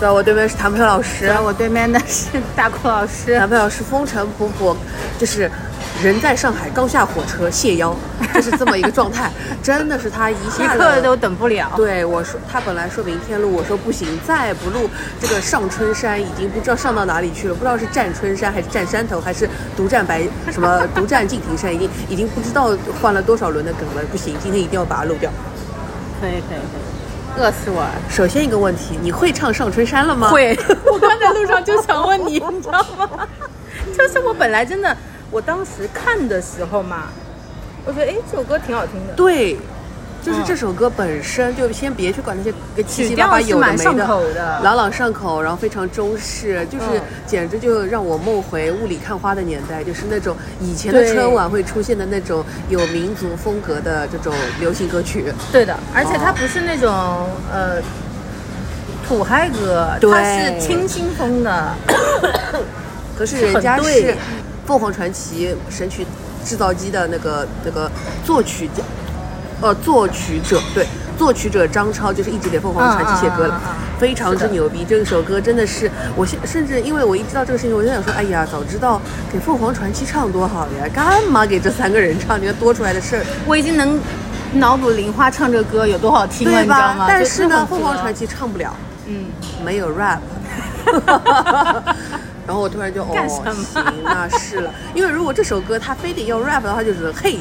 子，我对面是谭佩老师，我对面的是大哭老师。谭佩老师风尘仆仆，就是人在上海刚下火车谢 邀，就是这么一个状态，真的是他一一下刻子都等不了。对我说，他本来说明天录，我说不行，再不录这个上春山已经不知道上到哪里去了，不知道是占春山还是占山头，还是独占 白什么独占敬亭山，已经已经不知道换了多少轮的梗了，不行，今天一定要把它录掉。可以可以可以，嗯饿死我了。首先一个问题，你会唱上春山了吗？， 会，我刚才路上就想问你，你知道吗？就是我本来真的，我当时看的时候嘛，我觉得哎这首歌挺好听的，对。就是嗯这首歌本身，就先别去管那些七七曲八调八是有的蛮没上的口的，朗朗上口，然后非常中式，就是嗯简直就让我梦回雾里看花的年代，就是那种以前的春晚会出现的那种有民族风格的这种流行歌曲。对的，而且它哦不是那种、呃土嗨歌，对它是清新风的，可是人家很对是凤凰传奇神曲制造机的那个那个作曲家，呃，作曲者对。作曲者张超就是一直给凤凰传奇写歌了嗯嗯嗯嗯，非常之是的牛逼。这首歌真的是，我现甚至因为我一知道这个事情，我就想说，哎呀，早知道给凤凰传奇唱多好呀，干嘛给这三个人唱？你看多出来的事儿，我已经能脑补玲花唱这歌有多好听了，对你知道吧吗？？但啊就是呢很，符合凤凰传，奇唱不了，嗯，没有 rap。然后我突然就哦干什，么行，那是了。因为如果这首歌他非得要 rap 的话，就只能嘿，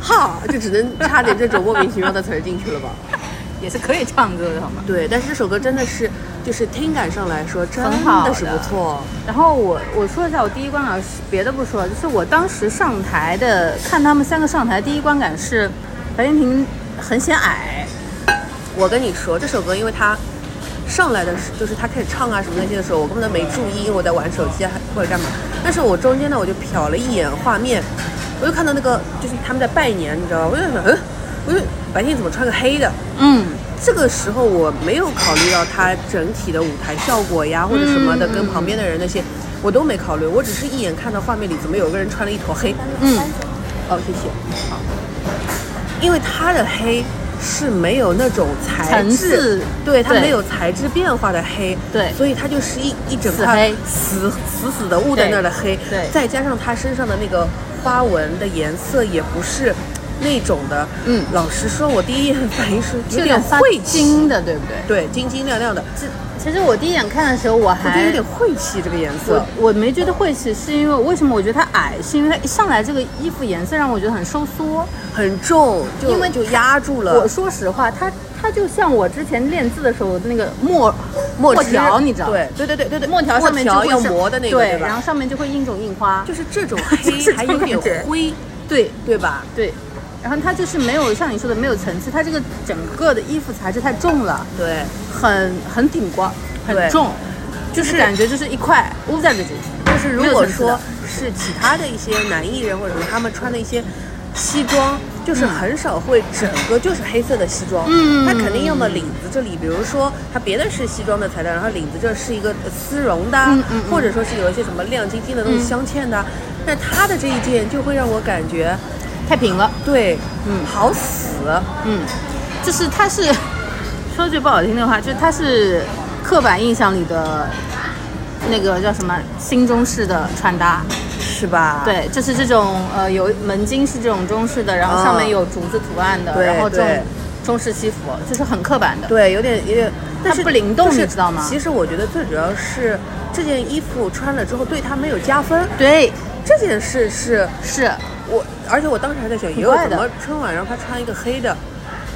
哈，就只能插点这种莫名其妙的词儿进去了吧？也是可以唱歌的好吗？对，但是这首歌真的是，就是听感上来说，真很好的是不的错。然后我我说一下我第一观感是别的不说，就是我当时上台的看他们三个上台，第一观感是白敬亭很显矮，我跟你说，这首歌因为它上来的时，就是他开始唱啊什么那些的时候，我根本都没注意，因为我在玩手机啊或者干嘛。但是我中间呢，我就瞟了一眼画面，我就看到那个就是他们在拜年，你知道吧？我就想，嗯，我就白天怎么穿个黑的？嗯，这个时候我没有考虑到它整体的舞台效果呀，或者什么嗯的，跟旁边的人那些我都没考虑，我只是一眼看到画面里怎么有个人穿了一头黑，嗯，哦，谢谢，好，因为它的黑是没有那种材层质次，对，它对没有材质变化的黑，对所以它就是一一整死块黑死死死的雾在那儿的黑，对对再加上它身上的那个花纹的颜色也不是。那种的，嗯老实说，我第一眼反应是有有点点发晦气，金的，对不对？对，晶晶亮亮的，这其实我第一眼看的时候我我觉得还有点晦气这个颜色我。我没觉得晦气，是因为为什么我觉得他矮，是因为他一上来这个衣服颜色让我觉得很收缩。很重，就因为就压住我了说实话，他他就像我之前练字的时候那个墨墨汁条，你知道吗？对对对对对，墨条上面就墨会条要是磨的那个，对，吧？然后上面就会印种印花，就是这 种黑是还这有种点感觉灰，对对吧？对。然后它就是没有像你说的没有层次，它这个整个的衣服材质太重了，对，很很顶光，对很重，就是感觉就是一块捂在这里。就是如没有果层次的说是其他的一些男艺人或者什么，他们穿的一些西装，就是嗯很少会整个就是黑色的西装，嗯他肯定要么领子这里，比如说他别的是西装的材料，然后领子这是一个丝绒的啊，嗯嗯嗯或者说是有一些什么亮晶晶的东西嗯镶嵌的啊，那他的这一件就会让我感觉太平了，对，嗯好死，嗯，就是它是说句不好听的话，就是它是刻板印象里的那个叫什么新中式的穿搭，是吧？，对，就是这种呃，有门襟是这种中式的，然后上面有竹子图案的，啊对然后这对种中式西服，就是很刻板的。对，有点有点，但是它不灵动就是你知道吗其实我觉得最主要是这件衣服穿了之后对他没有加分，对，这件事是是，我，而且我当时还在想，也挺有怪什的么春晚让他穿一个黑的，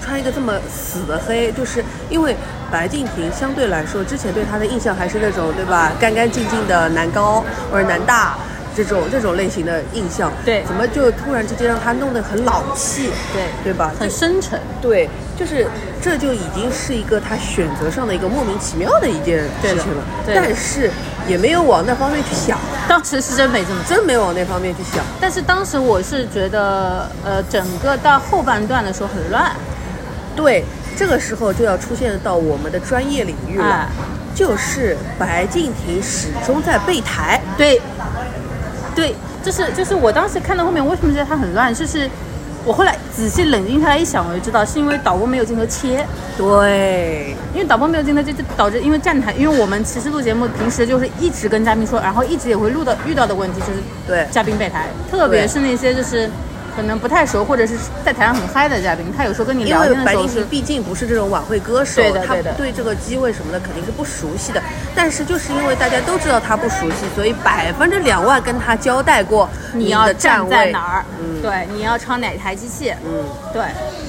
穿一个这么死的黑，就是因为白敬亭相对来说之前对他的印象还是那种对吧，干干净净的男高或者男大。这种这种类型的印象，对怎么就突然之间让他弄得很老气，对，对吧？很深沉。对，就是这就已经是一个他选择上的一个莫名其妙的一件对事的情了，对的但是也没有往那方面去想，当时是真没这么做，真没有往那方面去想。但是当时我是觉得，呃，整个到后半段的时候很乱，对，这个时候就要出现到我们的专业领域了，哎，就是白敬亭始终在备台，对，对，就是就是我当时看到后面，为什么觉得它很乱，就是我后来仔细冷静下来一想，我就知道是因为导播没有镜头切，对，因为导播没有镜头切，就导致因为站台，因为我们其实录节目平时就是一直跟嘉宾说，然后一直也会录到遇到的问题就是对嘉宾备台，特别是那些就是可能不太熟或者是在台上很嗨的嘉宾，他有时候跟你因聊为天的白时候敬亭是毕竟不是这种晚会歌手，对的他对的对这个机位什么的肯定是不熟悉的。但是就是因为大家都知道他不熟悉，所以百分之两万跟他交代过你的要站站位在哪儿，嗯对，你要唱哪台机器，嗯，对，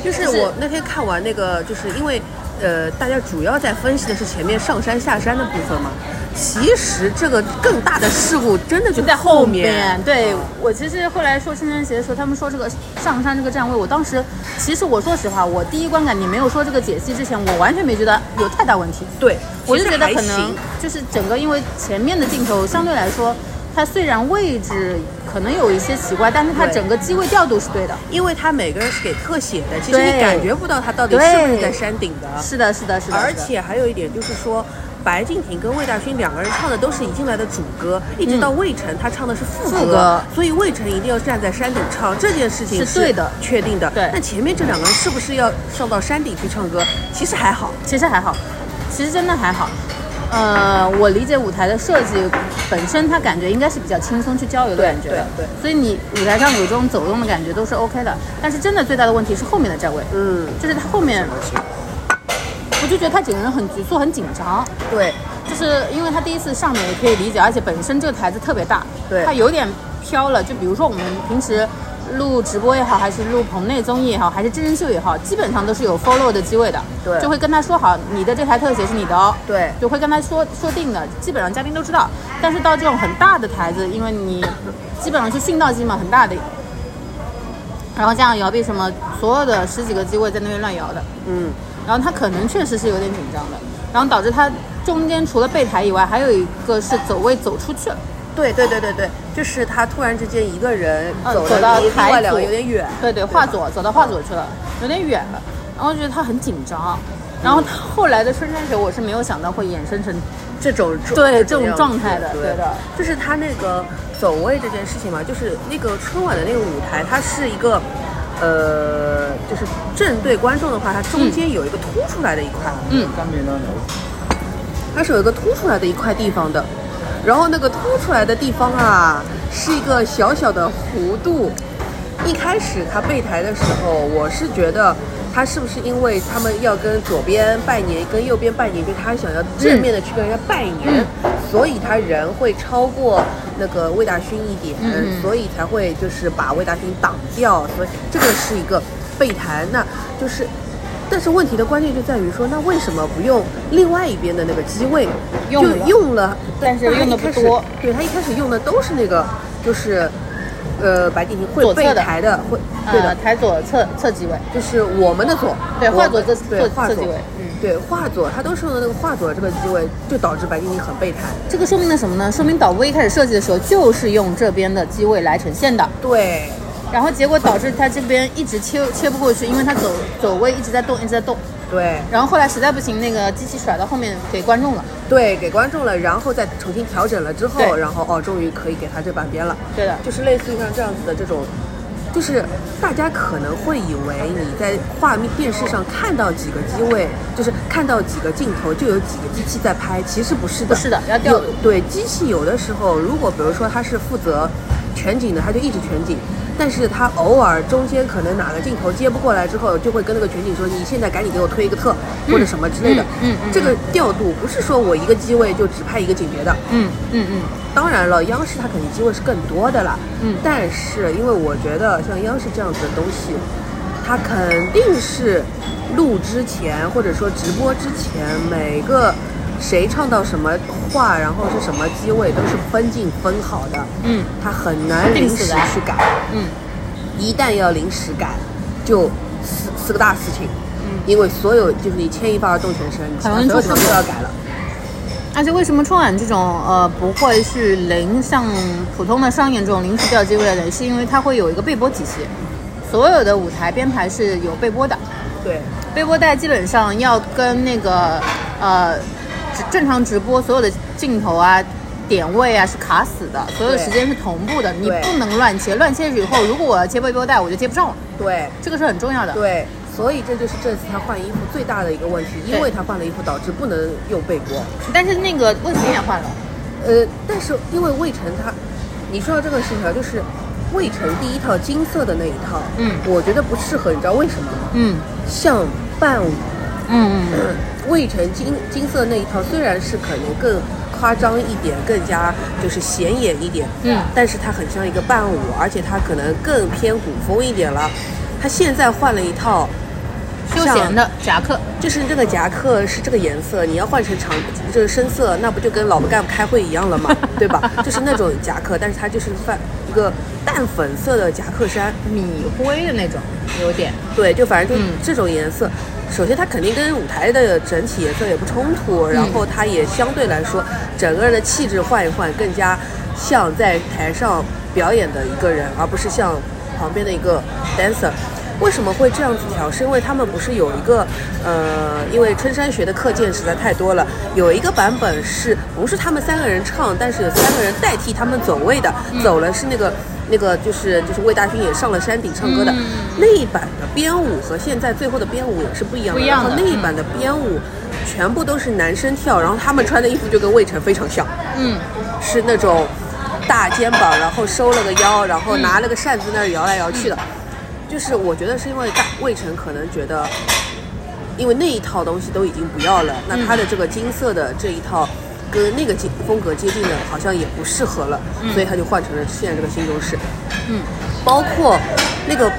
就是就是我那天看完那个，就是因为呃，大家主要在分析的是前面上山下山的部分嘛。其实这个更大的事故真的就就在后面面。。对我其实后来说圣诞节的时候，他们说这个上山这个站位，我当时其实我说实话，我第一观感你没有说这个解析之前，我完全没觉得有太大问题。对，我就其觉实得还可能行就是整个，因为前面的镜头相对来说，它虽然位置可能有一些奇怪，但是它对整个机位调度是对的。因为他每个人是给特写的，其实你对感觉不到他到底是不是对在山顶的。是的，是的，是的。而是的且还有一点就是说，白敬亭跟魏大勋两个人唱的都是已经来的主歌，一直到魏晨他唱的是副歌，嗯副歌所以魏晨一定要站在山顶唱这件事情是对的确定的。对那前面这两个人是不是要上到山顶去唱歌？其实还好，其实还好，其实真的还好。呃，我理解舞台的设计本身，它感觉应该是比较轻松去交流的对感觉的，对所以你舞台上有这种走动的感觉都是 OK 的。但是真的最大的问题是后面的站位，嗯，就是他后面，我就觉得他整个人很局促、很紧张，对，就是因为他第一次上面也可以理解，而且本身这个台子特别大，对他有点飘了。就比如说我们平时录直播也好，还是录棚内综艺也好，还是真人秀也好，基本上都是有 follow 的机位的，对就会跟他说好，你的这台特写是你的哦，对就会跟他说说定的，基本上嘉宾都知道。但是到这种很大的台子，因为你基本上是训道机嘛，很大的。然后加上摇臂什么，所有的十几个机位在那边乱摇的，嗯，然后他可能确实是有点紧张的，然后导致他中间除了备台以外，还有一个是走位走出去了，对对对对对，就是他突然之间一个人嗯走走了到离另台外两左个有点远，对对，画左走到画左去了，有点远了，然后觉得他很紧张，然后他后来的春山水我是没有想到会衍生成这种状对这种样子状态的对的，就是他那个走位这件事情嘛，就是那个春晚的那个舞台，它是一个。呃，就是正对观众的话，它中间有一个凸出来的一块，嗯，它是有一个凸出来的一块地方的。然后那个凸出来的地方啊，是一个小小的弧度。一开始他备台的时候，我是觉得他是不是因为他们要跟左边拜年，跟右边拜年，就他想要正面的去跟人家拜年，嗯所以他人会超过那个魏大勋一点，嗯嗯所以才会就是把魏大勋挡掉。所以这个是一个备台，那就是。但是问题的关键就在于说，那为什么不用另外一边的那个机位？用就了用了，但是他用得一开不始多。对他一开始用的都是那个，就是，呃，白敬亭会左侧备的台的，会对呃的，台左侧侧机位，就是我们的左，对我们画左这对这画这左几位嗯，对画左，他都是用的那个画左这个机位，就导致白敬亭很备台。这个说明了什么呢？说明导播一开始设计的时候就是用这边的机位来呈现的，对，然后结果导致他这边一直切切不过去，因为他走走位一直在动，一直在动，对，然后后来实在不行，那个机器甩到后面给观众了。对，给观众了，然后再重新调整了之后，对然后哦，终于可以给他这半边了。对的就是类似于像这样子的这种，就是大家可能会以为你在画面电视上看到几个机位，就是看到几个镜头就有几个机器在拍，其实不是的。不是的要调有度对机器有的时候，如果比如说它是负责全景的，它就一直全景。但是它偶尔中间可能哪个镜头接不过来之后，就会跟那个全景说：“你现在赶紧给我推一个特或者什么之类的。嗯嗯嗯这个调度不是说我一个机位就只拍一个景别的，嗯嗯嗯，当然了，央视它肯定机会是更多的啦。嗯但是因为我觉得像央视这样子的东西，它肯定是录之前或者说直播之前，每个谁唱到什么话，然后是什么机位都是分进分好的。嗯，它很难临时去改。嗯，一旦要临时改，就四四个大事情。嗯因为所有就是你牵一发而动全身，很容易所有出事情都要改了。而且为什么春晚这种呃不会去临像普通的商演这种临时调机位的，是因为它会有一个备播体系，所有的舞台编排是有备播的，对，备播带基本上要跟那个呃直正常直播所有的镜头啊。点位啊是卡死的，所有的对时间是同步的，你对不能乱切。乱切以后，如果我要切背包带，我就接不上了，对这个是很重要的。对，所以这就是这次他换衣服最大的一个问题，因对为他换了衣服导致不能用背锅。但是那个魏晨也换了，呃，但是因为魏晨他，你说到这个事情啊，就是魏晨第一套金色的那一套，嗯我觉得不适合，你知道为什么吗？嗯像伴舞 嗯嗯，魏晨金金色那一套虽然是可能更夸张一点，更加就是显眼一点，嗯但是它很像一个伴舞，而且它可能更偏古风一点了。他现在换了一套，嗯休闲的夹克，就是这个夹克是这个颜色，你要换成长就是深色，那不就跟老婆干部开会一样了吗？对吧？就是那种夹克，但是它就是泛一个淡粉色的夹克衫，米灰的那种，有点。对，就反正就嗯这种颜色，首先它肯定跟舞台的整体颜色也不冲突，然后它也相对来说整个人的气质换一换，更加像在台上表演的一个人，而不是像旁边的一个 dancer。为什么会这样子调？是因为他们不是有一个，呃，因为春山学的课件实在太多了，有一个版本是不是他们三个人唱，但是有三个人代替他们走位的，走了是那个那个就是就是魏大勋也上了山顶唱歌的，嗯那一版的编舞和现在最后的编舞也是不一样的。不一样的然后那一版的编舞全部都是男生跳，然后他们穿的衣服就跟魏晨非常像，嗯，是那种大肩膀，然后收了个腰，然后拿了个扇子那儿摇来摇去嗯的。就是我觉得是因为大魏晨可能觉得，因为那一套东西都已经不要嗯了，那他的这个金色的这一套。跟那个接风格接近的，好像也不适合了，嗯所以他就换成了现在这个新中式。包括那个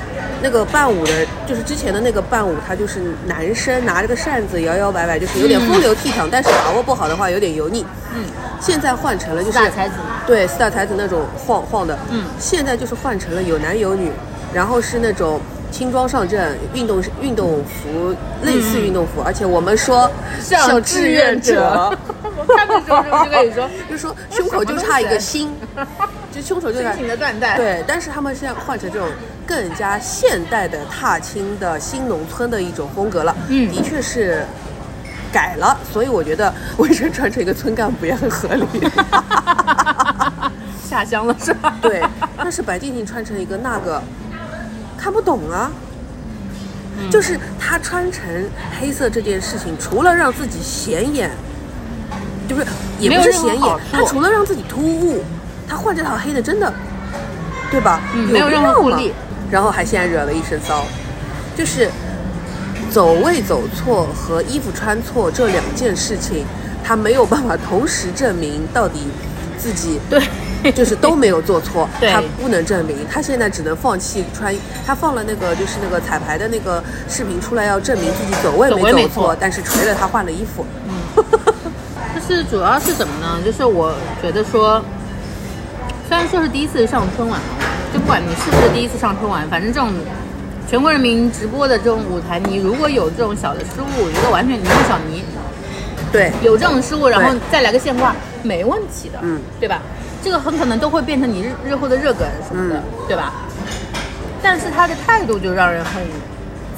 那个伴舞的，就是之前的那个伴舞，他就是男生拿着个扇子摇摇摆摆，就是有点风流倜傥，但是把握不好的话有点油腻。嗯，现在换成了就是大才子，对四大才子那种晃晃的，嗯现在就是换成了有男有女，然后是那种轻装上阵，运动运动服类似运动服，嗯而且我们说像志愿者我看的时候是 不是就跟你说，就说胸口就差一个心， 就胸口就差深情的断代。，对，但是他们现在换成这种更加现代的踏青的新农村的一种风格了，嗯的确是改了，所以我觉得卫生穿成一个村干部也很合 理。下乡了是吧？ 对，但是白敬亭穿成一个那个，看不懂啊。嗯就是他穿成黑色这件事情，除了让自己显眼，就是也没不有是任何显眼好处，他除了让自己突兀，他换这套黑的真的，对吧？嗯没有必任何要武吗力，然后还现在惹了一身骚，就是走位走错和衣服穿错这两件事情，他没有办法同时证明到底自己 对，就是都没有做错，对他不能证明，他现在只能放弃穿，他放了那个就是那个彩排的那个视频出来，要证明自己走位走没位没走错错，但是锤了他换了衣服，就是主要是怎么呢？就是我觉得说，虽然说是第一次上春晚啊，就不管你是不是第一次上春晚，反正这种全国人民直播的这种舞台，你如果有这种小的失误，我觉得完全你用小尼嗯对有这种失误，然后对再来个现挂，没问题的，嗯，对吧？这个很可能都会变成你日日后的热梗什么的，嗯对吧？但是他的态度就让人很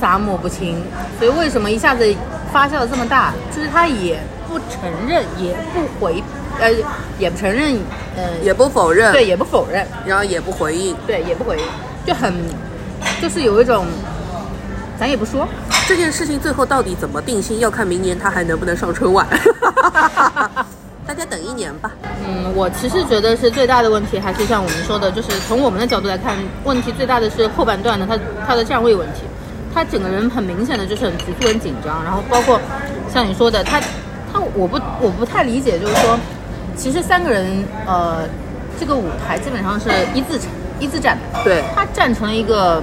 咂摸不清，所以为什么一下子发酵的这么大？就是他也不承认，也不回，呃，也不承认，呃，也不否认，对，也不否认，然后也不回应对，也不回应，就很，就是有一种，咱也不说，这件事情，最后到底怎么定性，要看明年他还能不能上春晚， 大家等一年吧。嗯，我其实觉得是最大的问题，还是像我们说的，就是从我们的角度来看，问题最大的是后半段的他他的站位问题，他整个人很明显的就是很局促、很紧张，然后包括像你说的，他他我不我不太理解，就是说，其实三个人呃，这个舞台基本上是一字一字站的，对他站成了一个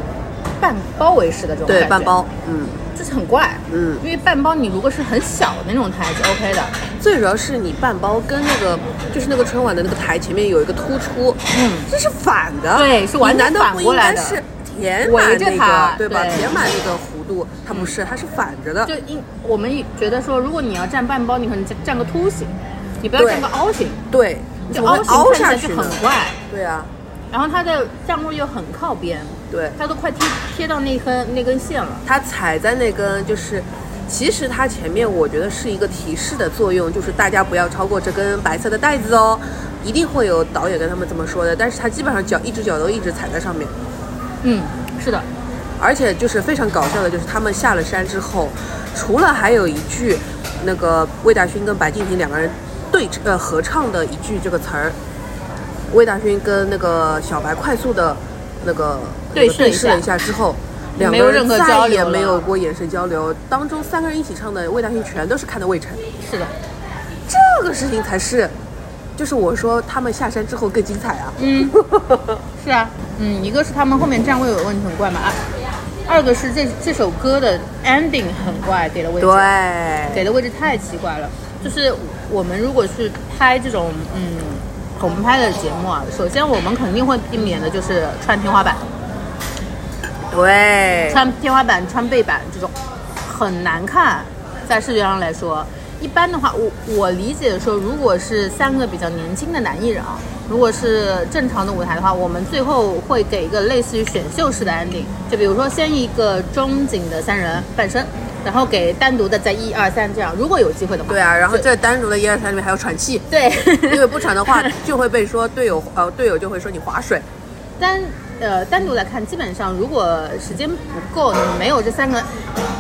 半包围式的这种对，感觉半包，嗯。就是很怪，嗯因为半包你如果是很小的那种台是 OK 的，最主要是你半包跟那个就是那个春晚的那个台前面有一个突出，嗯，这是反的，对是完全你难道不反过应来该的是填满围着那个它对吧？对嗯填满那个弧度，它不是，它是反着的 就，因我们觉得说，如果你要站半包，你可能站站个凸形，你不要对站个凹形，对，你怎就么会凹凹形下看起去来就呢很？怪。对啊，然后它的站位又很靠边，对，它都快贴贴到那根那根线了。它踩在那根就是。其实它前面我觉得是一个提示的作用，就是大家不要超过这根白色的带子哦，一定会有导演跟他们这么说的，但是他基本上脚一只脚都一直踩在上面，嗯，是的，而且就是非常搞笑的，就是他们下了山之后，除了还有一句那个魏大勋跟白敬亭两个人对呃合唱的一句这个词儿，魏大勋跟那个小白快速的那个对那个视了对视了一一下下之后。两没个有人任何再交也流没有了过眼神交流，当中三个人一起唱的魏大勋全都是看的魏晨，是的，这个事情才是，就是我说他们下山之后更精彩啊。嗯，是啊，嗯，一个是他们后面站位有问题很怪嘛，啊二个是这这首歌的 ending 很怪，给了位置，对，给的位置太奇怪了。就是我们如果去拍这种嗯红拍的节目啊，首先我们肯定会避免的就是穿天花板，对，穿天花板、穿背板这种很难看，在视觉上来说。一般的话，我我理解说，如果是三个比较年轻的男艺人啊，如果是正常的舞台的话，我们最后会给一个类似于选秀式的 ending，就比如说先一个中景的三人半身，然后给单独的在一二三这样，如果有机会的话。对啊，然后就这单独的一二三里面还有喘气，对， 因为不喘的话就会被说队友呃队友就会说你划水。单呃单独来看，基本上如果时间不够，你没有这三个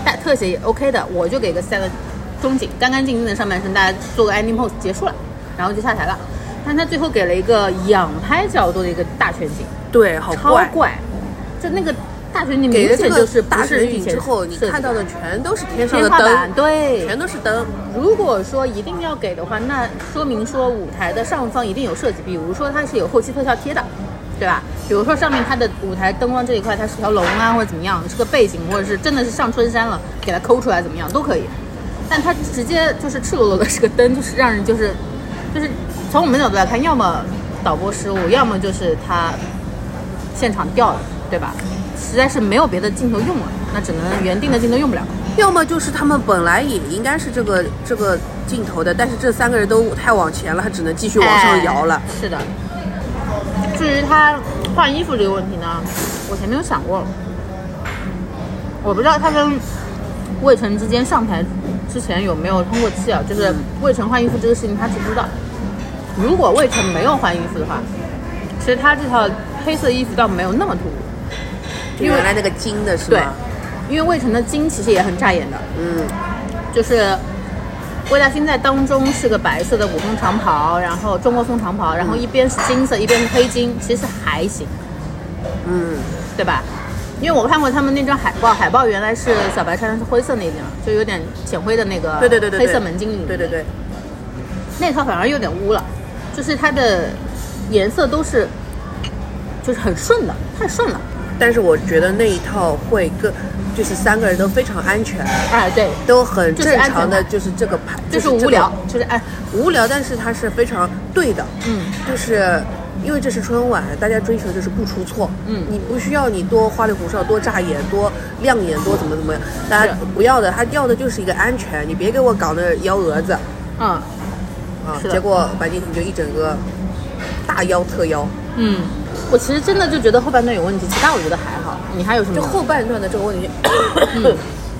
大特写也 OK 的，我就给个三个中景，干干净净的上半身，大家做个 ending pose 结束了，然后就下台了。但他最后给了一个仰拍角度的一个大全景，对，好超怪，就那个大全景给明了显这就个是不大是全以景前之后，你设计看到的全都是天上天的花板，灯，对，全都是灯。如果说一定要给的话，那说明说舞台的上方一定有设计，比如说它是有后期特效贴的，对吧？比如说上面它的舞台灯光这一块，它是条龙啊，或者怎么样，是个背景，或者是真的是上春山了，给它抠出来怎么样都可以。但它直接就是赤裸裸的是个灯，就是让人就是就是从我们角度来看，要么导播失误，要么就是它现场掉了，对吧？实在是没有别的镜头用了，那只能原定的镜头用不了。要么就是他们本来也应该是这个这个镜头的，但是这三个人都太往前了，他只能继续往上摇了。哎是的。至于他换衣服这个问题呢，我前面有想过，嗯我不知道他跟魏晨之间上台之前有没有通过气啊，就是魏晨换衣服这个事情他知不知道？如果魏晨没有换衣服的话，其实他这套黑色衣服倒没有那么突兀，就原来那个金的是对吗？，因为魏晨的金其实也很扎眼的，嗯，就是魏大勋在当中是个白色的古风长袍，然后中国风长袍，然后一边是金色，一边是黑金，其实还行，嗯，对吧？因为我看过他们那张海报，海报原来是小白穿的是灰色那一件，就有点浅灰的那个，对对对对，对黑色门襟领，对对，对，那套反而有点污了，就是它的颜色都是就是很顺的，太顺了，但是我觉得那一套会更，就是三个人都非常安全，哎，对，都很就是正安全常的，感就是这个牌，就这是个无聊，就是哎，无聊，但是它是非常对的，嗯，就是。因为这是春晚，大家追求就是不出错。嗯你不需要你多花里胡哨、多扎眼、多亮眼、多怎么怎么样，大家是不要的。他要的就是一个安全，你别给我搞那幺蛾子嗯啊！是的结果白敬亭就一整个大腰特腰。嗯，我其实真的就觉得后半段有问题，其他我觉得还好，你还有什么？就后半段的这个问题，嗯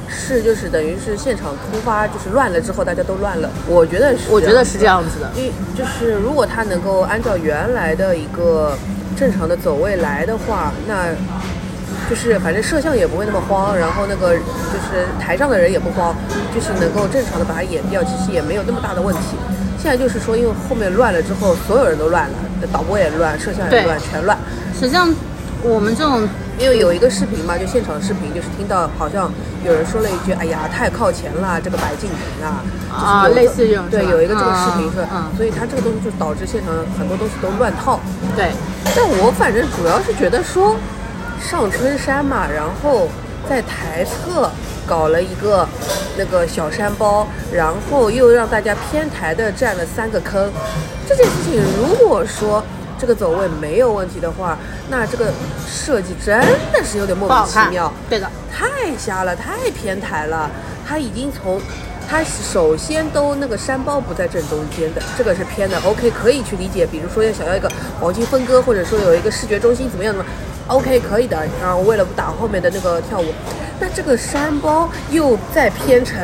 是就是等于是现场突发，就是乱了之后大家都乱了。我觉得是，我觉得是这，样子的。因为嗯就是如果他能够按照原来的一个正常的走位来的话，那就是反正摄像也不会那么慌，然后那个就是台上的人也不慌，就是能够正常的把它演掉，其实也没有那么大的问题。现在就是说，因为后面乱了之后，所有人都乱了，导播也乱，摄像也对乱，全乱。实际上，我们这种因为有一个视频嘛，就现场视频，就是听到好像有人说了一句：“哎呀，太靠前了，这个白敬亭啊。”啊就是有一个类似于这种对，是吧有一个这个视频嗯是，嗯所以他这个东西就导致现场很多东西都乱套。对但我反正主要是觉得说，上春山嘛，然后在台侧搞了一个那个小山包，然后又让大家偏台的占了三个坑。这件事情如果说这个走位没有问题的话，那这个设计真的是有点莫不名好其看妙。，对的，太瞎了，太偏台了。他已经从他首先都那个山包不在正中间的，这个是偏的。OK，可以去理解，比如说要想要一个黄金分割，或者说有一个视觉中心怎么样怎么样。OK，可以的。然后为了不打后面的那个跳舞，那这个山包又在偏成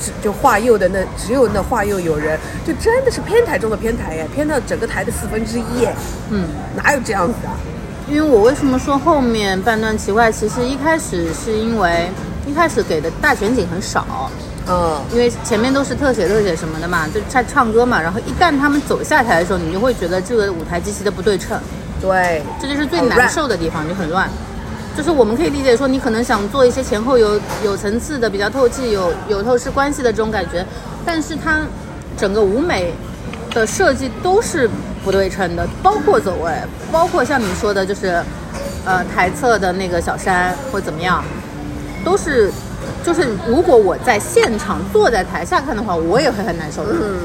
只就画右的那只有那画右有人，就真的是偏台中的偏台耶，偏到整个台的四分之一耶，嗯，哪有这样子啊？因为我为什么说后面半段奇怪？其实一开始是因为一开始给的大全景很少，嗯，因为前面都是特写、特写什么的嘛，就唱唱歌嘛。然后一旦他们走下台的时候，你就会觉得这个舞台极其的不对称，对，这就是最好乱难受的地方，就很乱。就是我们可以理解说，你可能想做一些前后有有层次的、比较透气、有有透视关系的这种感觉，但是它整个舞美的设计都是不对称的，包括走位，包括像你说的，就是呃台侧的那个小山或怎么样，都是就是如果我在现场坐在台下看的话，我也会很难受的。嗯，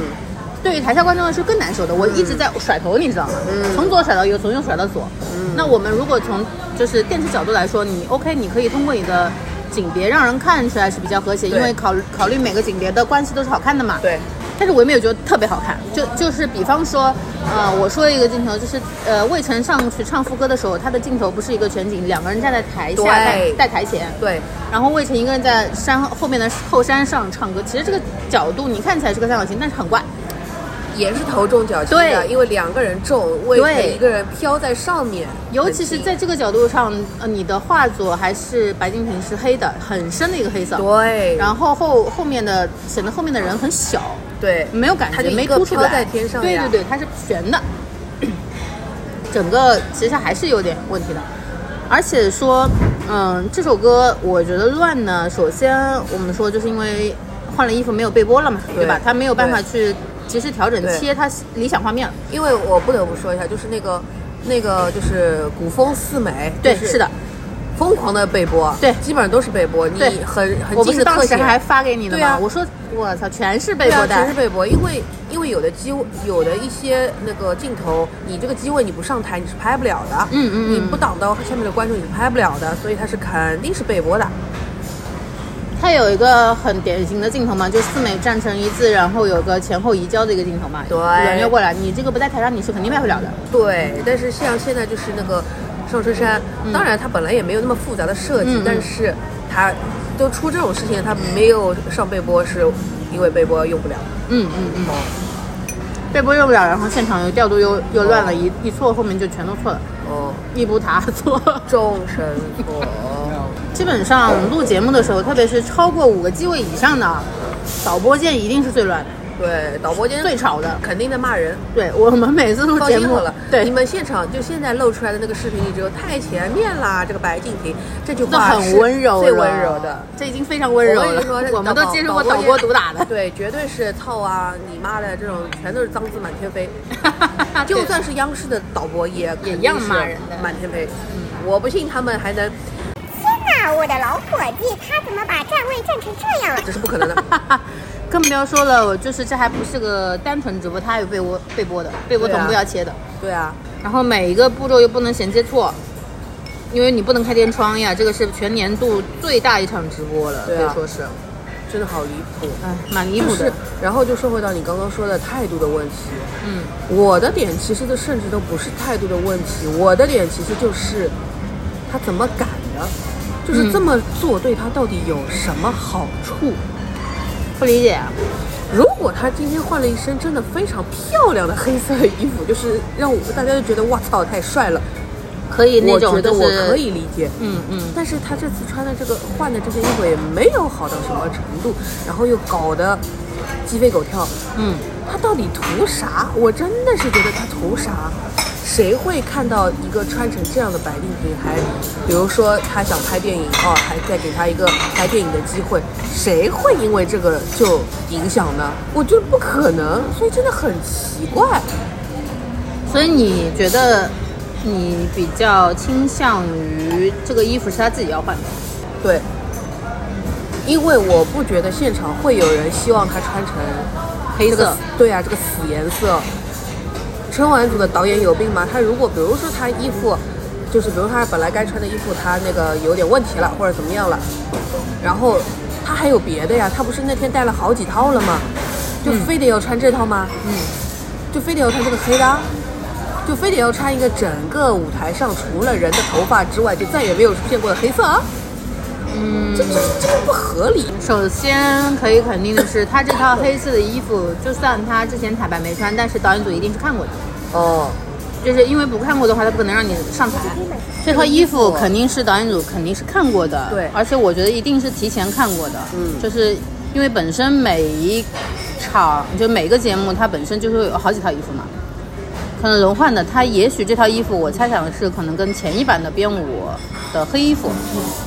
对于台下观众是更难受的。我一直在甩头，你知道吗？嗯从左甩到右，从右甩到左。那我们如果从就是电视角度来说，你 OK，你可以通过你的景别让人看起来是比较和谐，对因为考考虑每个景别的关系都是好看的嘛。对，但是我也没有觉得特别好看，就就是比方说，呃，我说一个镜头，就是呃，魏晨上去唱副歌的时候，他的镜头不是一个全景，两个人站在台下对带带台前，对，然后魏晨一个人在山后面的后山上唱歌。其实这个角度你看起来是个三角形，但是很怪。也是头重脚轻的，对因为两个人重，为对了一个人飘在上面，尤其是在这个角度上，呃，你的画作还是白敬亭是黑的，很深的一个黑色。对，然后后后面的显得后面的人很小，对，没有感它就觉，一没个凸出飘来。在天上对呀对对，它是悬的， 整个其实还是有点问题的。而且说，嗯，这首歌我觉得乱呢。首先我们说就是因为换了衣服没有被播了嘛，对对吧？他没有办法对去及时调整对切他理想画面了。因为我不得不说一下，就是那个那个就是古风四美，对，就是的，，疯狂的被播，对基本上都是被播，你对很很我不近是的当特时写。还发给你的对吗？啊我说我操，全是背对锅啊，全带是。被播，因为因为有的机位有的一些那个镜头，你这个机位你不上台你是拍不了的，嗯嗯嗯你不挡到下面的观众你是拍不了的，所以它是肯定是被播的，它有一个很典型的镜头嘛，就四美站成一字，然后有个前后移交的一个镜头嘛，对轮流过来。你这个不在台上，你是肯定卖不了的。对，但是像现在就是那个上春山，当然它本来也没有那么复杂的设计，嗯嗯嗯但是它都出这种事情，它没有上被播是因为被播用不了。嗯嗯嗯，背播用不了，然后现场又调度又又乱了，一一错后面就全都错了，哦，一步踏错。 众神佛，基本上录节目的时候，特别是超过五个机位以上的，导播间一定是最乱的、对，导播间最吵的。肯定在骂人。对我们每次录放节心目好了，对你们现场就现在露出来的那个视频里，只有太前面啦，这个白敬亭这句那话很温柔，啊最温柔的。，这已经非常温柔我跟了你说这。个我们都接受过导导播播间毒打 的，对，绝对是操啊、你妈的这种，全都是脏字满天飞。啊就算是央视的导播也也一样骂人的满天飞。嗯我不信他们还能，天哪，我的老伙计，他怎么把站位站成这样了？这是不可能 的。更不要说了，我就是这还不是个单纯直播，它还有被播被播的，被播对啊同步要切的，对啊，然后每一个步骤又不能衔接错。因为你不能开天窗呀，这个是全年度最大一场直播了，对啊可以说是，真的好离谱。哎，蛮离就谱是的。，然后就说回到你刚刚说的态度的问题。嗯，我的点其实都甚至都不是态度的问题，我的点其实就是他怎么敢的，嗯就是这么做对他到底有什么好处？不理解啊，如果他今天换了一身真的非常漂亮的黑色衣服，就是让我大家就觉得哇操太帅了，可以那我种觉得就是，我可，以理解。嗯嗯，但是他这次穿的这个换的这件衣服也没有好到什么程度，然后又搞得鸡飞狗跳，嗯，他到底图啥？我真的是觉得他图啥？谁会看到一个穿成这样的白敬亭，还比如说他想拍电影哦，还再给他一个拍电影的机会，谁会因为这个就影响呢？我觉得不可能，所以真的很奇怪。所以你觉得你比较倾向于这个衣服是他自己要换的？对，因为我不觉得现场会有人希望他穿成黑这个色死，对啊，这个死颜色。春晚组的导演有病吗？他如果比如说他衣服，就是比如他本来该穿的衣服，他那个有点问题了或者怎么样了，然后他还有别的呀，他不是那天带了好几套了吗？就非得要穿这套吗？嗯，就非得要穿这个黑的啊，就非得要穿一个整个舞台上除了人的头发之外就再也没有出现过的黑色啊。嗯，这这这个不合理。首先可以肯定的是，他这套黑色的衣服，就算他之前彩排没穿，但是导演组一定是看过的，哦，就是因为不看过的话，他不可能让你上台。这套衣服肯定是导演组肯定是看过的，对而且我觉得一定是提前看过的，嗯就是因为本身每一场就每个节目它本身就是有好几套衣服嘛，可能轮换的，它也许这套衣服我猜想是可能跟前一版的编舞的黑衣服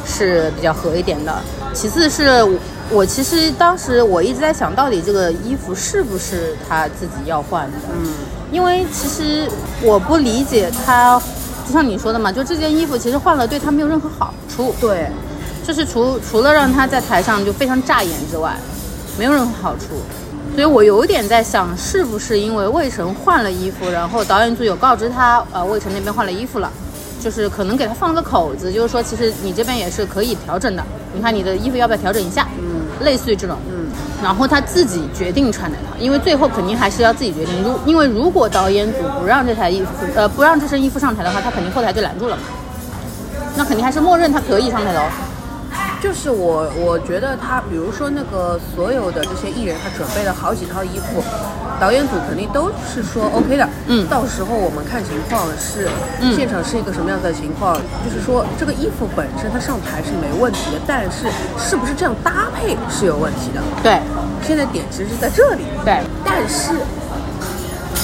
是比较合一点的。其次是我我其实当时我一直在想到底这个衣服是不是他自己要换的，嗯，因为其实我不理解他，就像你说的嘛，就这件衣服其实换了对他没有任何好处，对，就是除除了让他在台上就非常扎眼之外，没有任何好处。所以我有点在想，是不是因为魏晨换了衣服，然后导演组有告知他，呃，魏晨那边换了衣服了，就是可能给他放了个口子，就是说其实你这边也是可以调整的，你看你的衣服要不要调整一下，嗯，类似于这种，嗯，然后他自己决定穿哪套，因为最后肯定还是要自己决定。如因为如果导演组不让这台衣服，呃，不让这身衣服上台的话，他肯定后台就拦住了嘛，那肯定还是默认他可以上台的哦。就是我，我觉得他，比如说那个所有的这些艺人，他准备了好几套衣服，导演组肯定都是说 OK 的。嗯到时候我们看情况是、嗯现场是一个什么样子的情况，就是说这个衣服本身它上台是没问题的，但是是不是这样搭配是有问题的。对现在点其实是在这里，对， 但是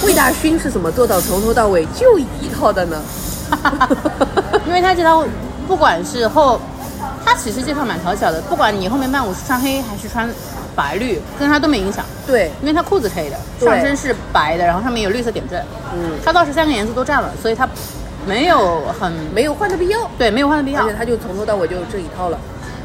魏大勋是怎么做到从头到尾就一套的呢？因为他这套不管是后，他其实这套蛮讨巧的，不管你后面伴舞是穿黑还是穿白绿，跟他都没影响，对，因为他裤子黑的，对上身是白的，然后上面有绿色点缀，嗯，他倒是三个颜色都占了，所以他没有很没有换的必要，对没有换的必要而且，他就从头到尾就这一套了。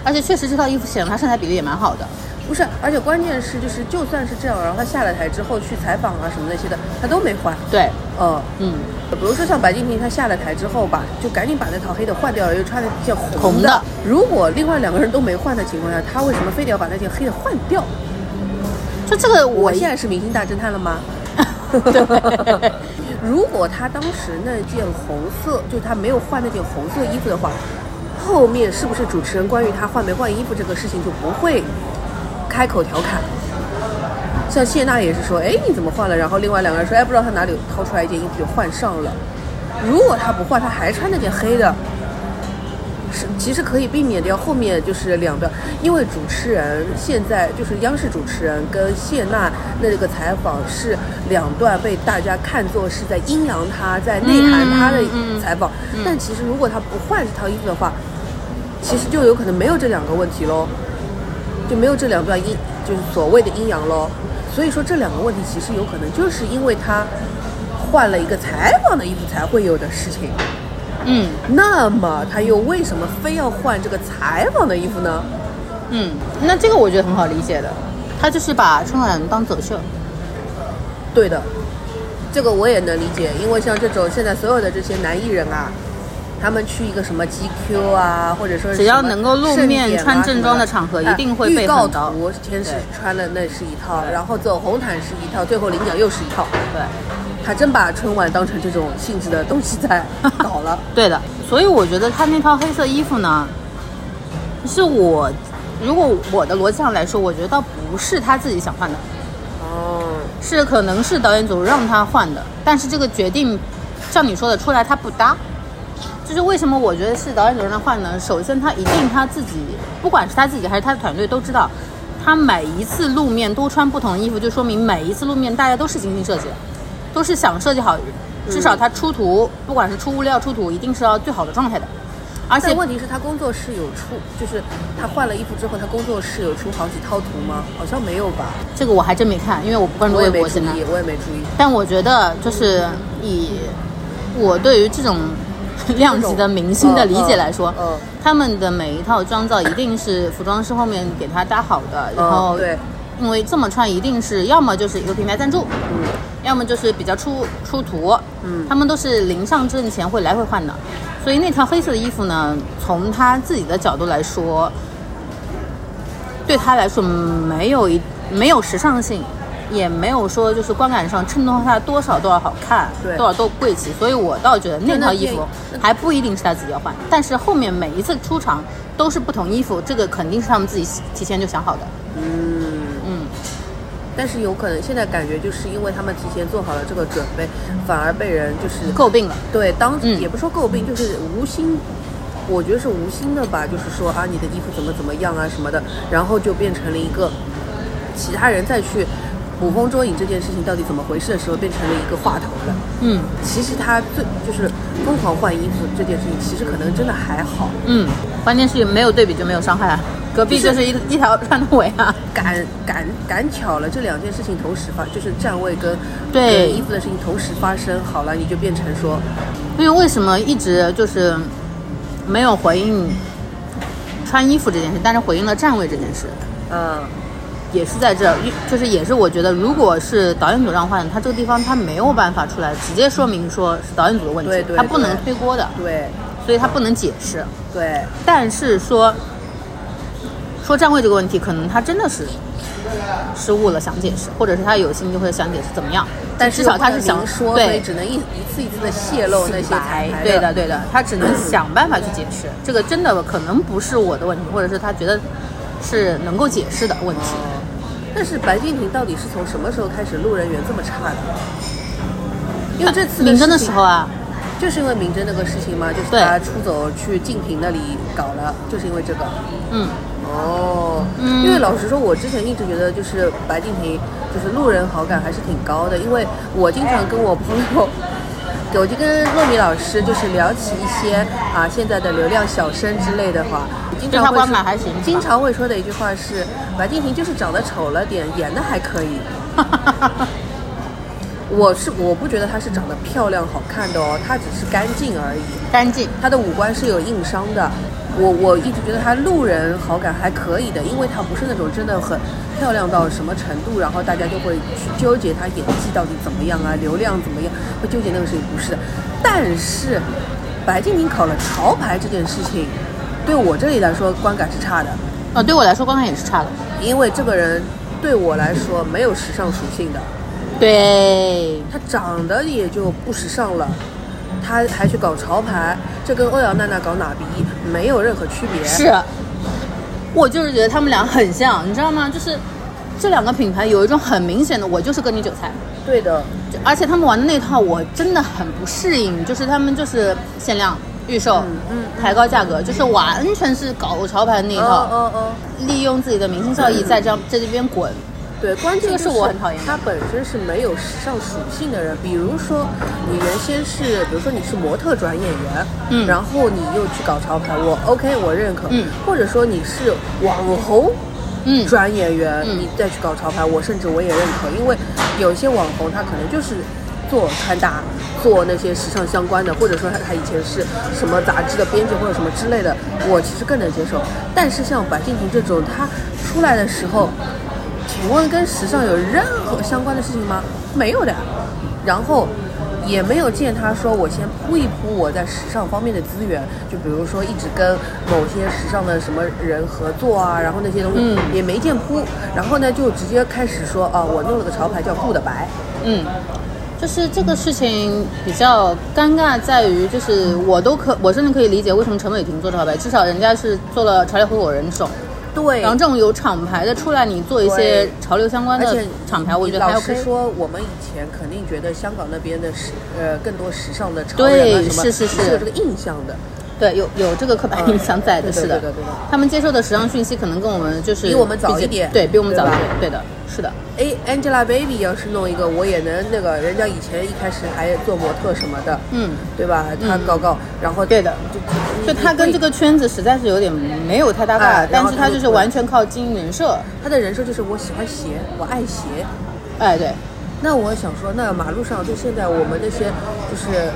而且确实这套衣服显得他身材比例也蛮好的，不是，而且关键是就是，就算是这样，然后他下了台之后去采访啊什么那些的，他都没换。对，呃，嗯，比如说像白敬亭，他下了台之后吧，就赶紧把那套黑的换掉了，又穿了一件红的。红的如果另外两个人都没换的情况下，他为什么非得要把那件黑的换掉？就这个我我现在是明星大侦探了吗？对，如果他当时那件红色，就他没有换那件红色衣服的话，后面是不是主持人关于他换没换衣服这个事情就不会开口调侃？像谢娜也是说，哎，你怎么换了？然后另外两个人说，哎，不知道他哪里掏出来一件衣服就换上了。如果他不换，他还穿那件黑的，是其实可以避免掉后面就是两段，因为主持人现在就是央视主持人跟谢娜那个采访是两段被大家看作是在阴阳他，在内涵他的嗯嗯采访，但其实如果他不换这套衣服的话，其实就有可能没有这两个问题喽，就没有这两段阴就是所谓的阴阳喽。所以说这两个问题其实有可能就是因为他换了一个采访的衣服才会有的事情。嗯那么他又为什么非要换这个采访的衣服呢？嗯，那这个我觉得很好理解的，他就是把春晚当走秀，对的，这个我也能理解，因为像这种现在所有的这些男艺人啊，他们去一个什么 GQ 啊，或者说是只要什么能够露盛面典啊穿什么正装的场合哎一定会被预告很高图先是对穿的那是一套，然后走红毯是一套，最后领奖又是一套，对。他真把春晚当成这种性质的东西 在搞了。对的，所以我觉得他那套黑色衣服呢，是我如果我的逻辑上来说，我觉得倒不是他自己想换的，哦，是可能是导演组让他换的，但是这个决定，像你说的出来他不搭，就是为什么我觉得是导演组让他换呢？首先他一定他自己，不管是他自己还是他的团队都知道，他每一次露面都穿不同的衣服，就说明每一次露面大家都是精心设计的，都是想设计好，至少他出图，不管是出物料出图，一定是要最好的状态的，而且但问题是，他工作室有出，就是他换了衣服之后，他工作室有出好几套图吗？好像没有吧。这个我还真没看，因为我不关注我微也没博注现在。意，我也没注意。但我觉得就是以我对于这种呃量级的明星的理解来说，嗯嗯嗯他们的每一套妆造一定是服装师后面给他搭好的，然后嗯，对，因为这么穿一定是要么就是一个品牌赞助，嗯要么就是比较出出图，嗯他们都是临上阵前会来回换的，所以那条黑色的衣服呢，从他自己的角度来说，对他来说没有一没有时尚性，也没有说就是观感上衬托它多少多少好看，对多少多贵气，所以我倒觉得那套衣真服的建议还不一定是他自己要换，但是后面每一次出场都是不同衣服，这个肯定是他们自己提前就想好的。但是有可能现在感觉就是因为他们提前做好了这个准备，反而被人就是诟病了，对当、嗯也不说诟病，就是无心，我觉得是无心的吧，就是说啊你的衣服怎么怎么样啊什么的，然后就变成了一个其他人再去捕风捉影这件事情到底怎么回事的时候，变成了一个话头了。嗯其实他最就是疯狂换衣服这件事情，其实可能真的还好，嗯，关键是没有对比就没有伤害啊，隔壁就是一一条乱尾啊。 赶赶赶巧了这两件事情同时发，就是站位跟对跟衣服的事情同时发生，好了你就变成说因为为什么一直就是没有回应穿衣服这件事，但是回应了站位这件事，嗯，也是在这儿，就是也是我觉得，如果是导演组让换，他这个地方他没有办法出来直接说明说是导演组的问题，对对他不能对推锅的，对所以他不能解释。对，但是说说站位这个问题，可能他真的是失误了，想解释，或者是他有心就会想解释怎么样，但至少他是又不能想明说，所以对只能一一次一次的泄露那些白才对的，对的，他只能想办法去解释，这个真的可能不是我的问题，或者是他觉得是能够解释的问题。哦但是白敬亭到底是从什么时候开始路人缘这么差的？因为这次明真真的时候，啊，就是因为明真那个事情嘛，就是对他出走去静平那里搞了，就是因为这个。嗯，哦，嗯因为老实说，我之前一直觉得就是白敬亭就是路人好感还是挺高的，因为我经常跟我朋友， 我就跟糯米老师就是聊起一些啊现在的流量小生之类的话，经对他常会观说感还行，经常会说的一句话是白敬亭就是长得丑了点，演的还可 以。是吧我是我不觉得她是长得漂亮好看的哦，她只是干净而已。干净。他的五官是有硬伤的。我我一直觉得他路人好感还可以的，因为他不是那种真的很漂亮到什么程度，然后大家就会去纠结他演技到底怎么样啊，流量怎么样，会纠结那个事情不是的。但是白敬亭考了潮牌这件事情，对我这里来说观感是差的，呃，对我来说观感也是差的。因为这个人对我来说没有时尚属性的。对，他长得也就不时尚了，他还去搞潮牌，这跟欧阳娜娜搞哪比没有任何区别。是，我就是觉得他们俩很像，你知道吗？就是这两个品牌有一种很明显的，我就是跟你韭菜。对的，就而且他们玩的那套我真的很不适应，就是他们就是限量预售，抬高价格，就是完全是搞潮牌的那嗯一套，嗯嗯，利用自己的明星效益在这样在这边滚。对，关键这个就是我很讨厌的他本身是没有时尚属性的人。比如说，你原先是，比如说你是模特转演员，嗯然后你又去搞潮牌，我 OK，我认可。嗯，或者说你是网红。嗯，转演员，嗯你再去搞潮牌，我甚至我也认可，因为有一些网红他可能就是做穿搭、做那些时尚相关的，或者说他他以前是什么杂志的编辑或者什么之类的，我其实更能接受。但是像白敬亭这种，他出来的时候，请问跟时尚有任何相关的事情吗？没有的。然后也没有见他说我先铺一铺我在时尚方面的资源，就比如说一直跟某些时尚的什么人合作啊，然后那些东西、嗯也没见铺。然后呢，就直接开始说啊，我弄了个潮牌叫顾的白，嗯，就是这个事情比较尴尬，在于就是我都可，我甚至可以理解为什么陈伟霆做潮牌，至少人家是做了潮流合伙人手。对然后这种有厂牌的出来，你做一些对潮流相关而的且厂牌，我觉得还老 OK 实。说，我们以前肯定觉得香港那边的时呃更多时尚的潮对人啊什么是是是有这个印象的，对，有有这个刻板印象在的，嗯对是的对的对的。他们接受的时尚讯息可能跟我们就是比我们早比较一点对比我们早一点对吧，对的，是的，哎，Angelababy 要是弄一个，我也能那个，人家以前一开始还做模特什么的，嗯，对吧？她嗯搞搞，然后对的就就他跟这个圈子实在是有点没有太搭哎嘎，然但后是他他就就是出来完全靠经营人设，他的人设就是我喜欢鞋，我爱鞋。哎，对，那我想说，那马路上就现在我们那些就是。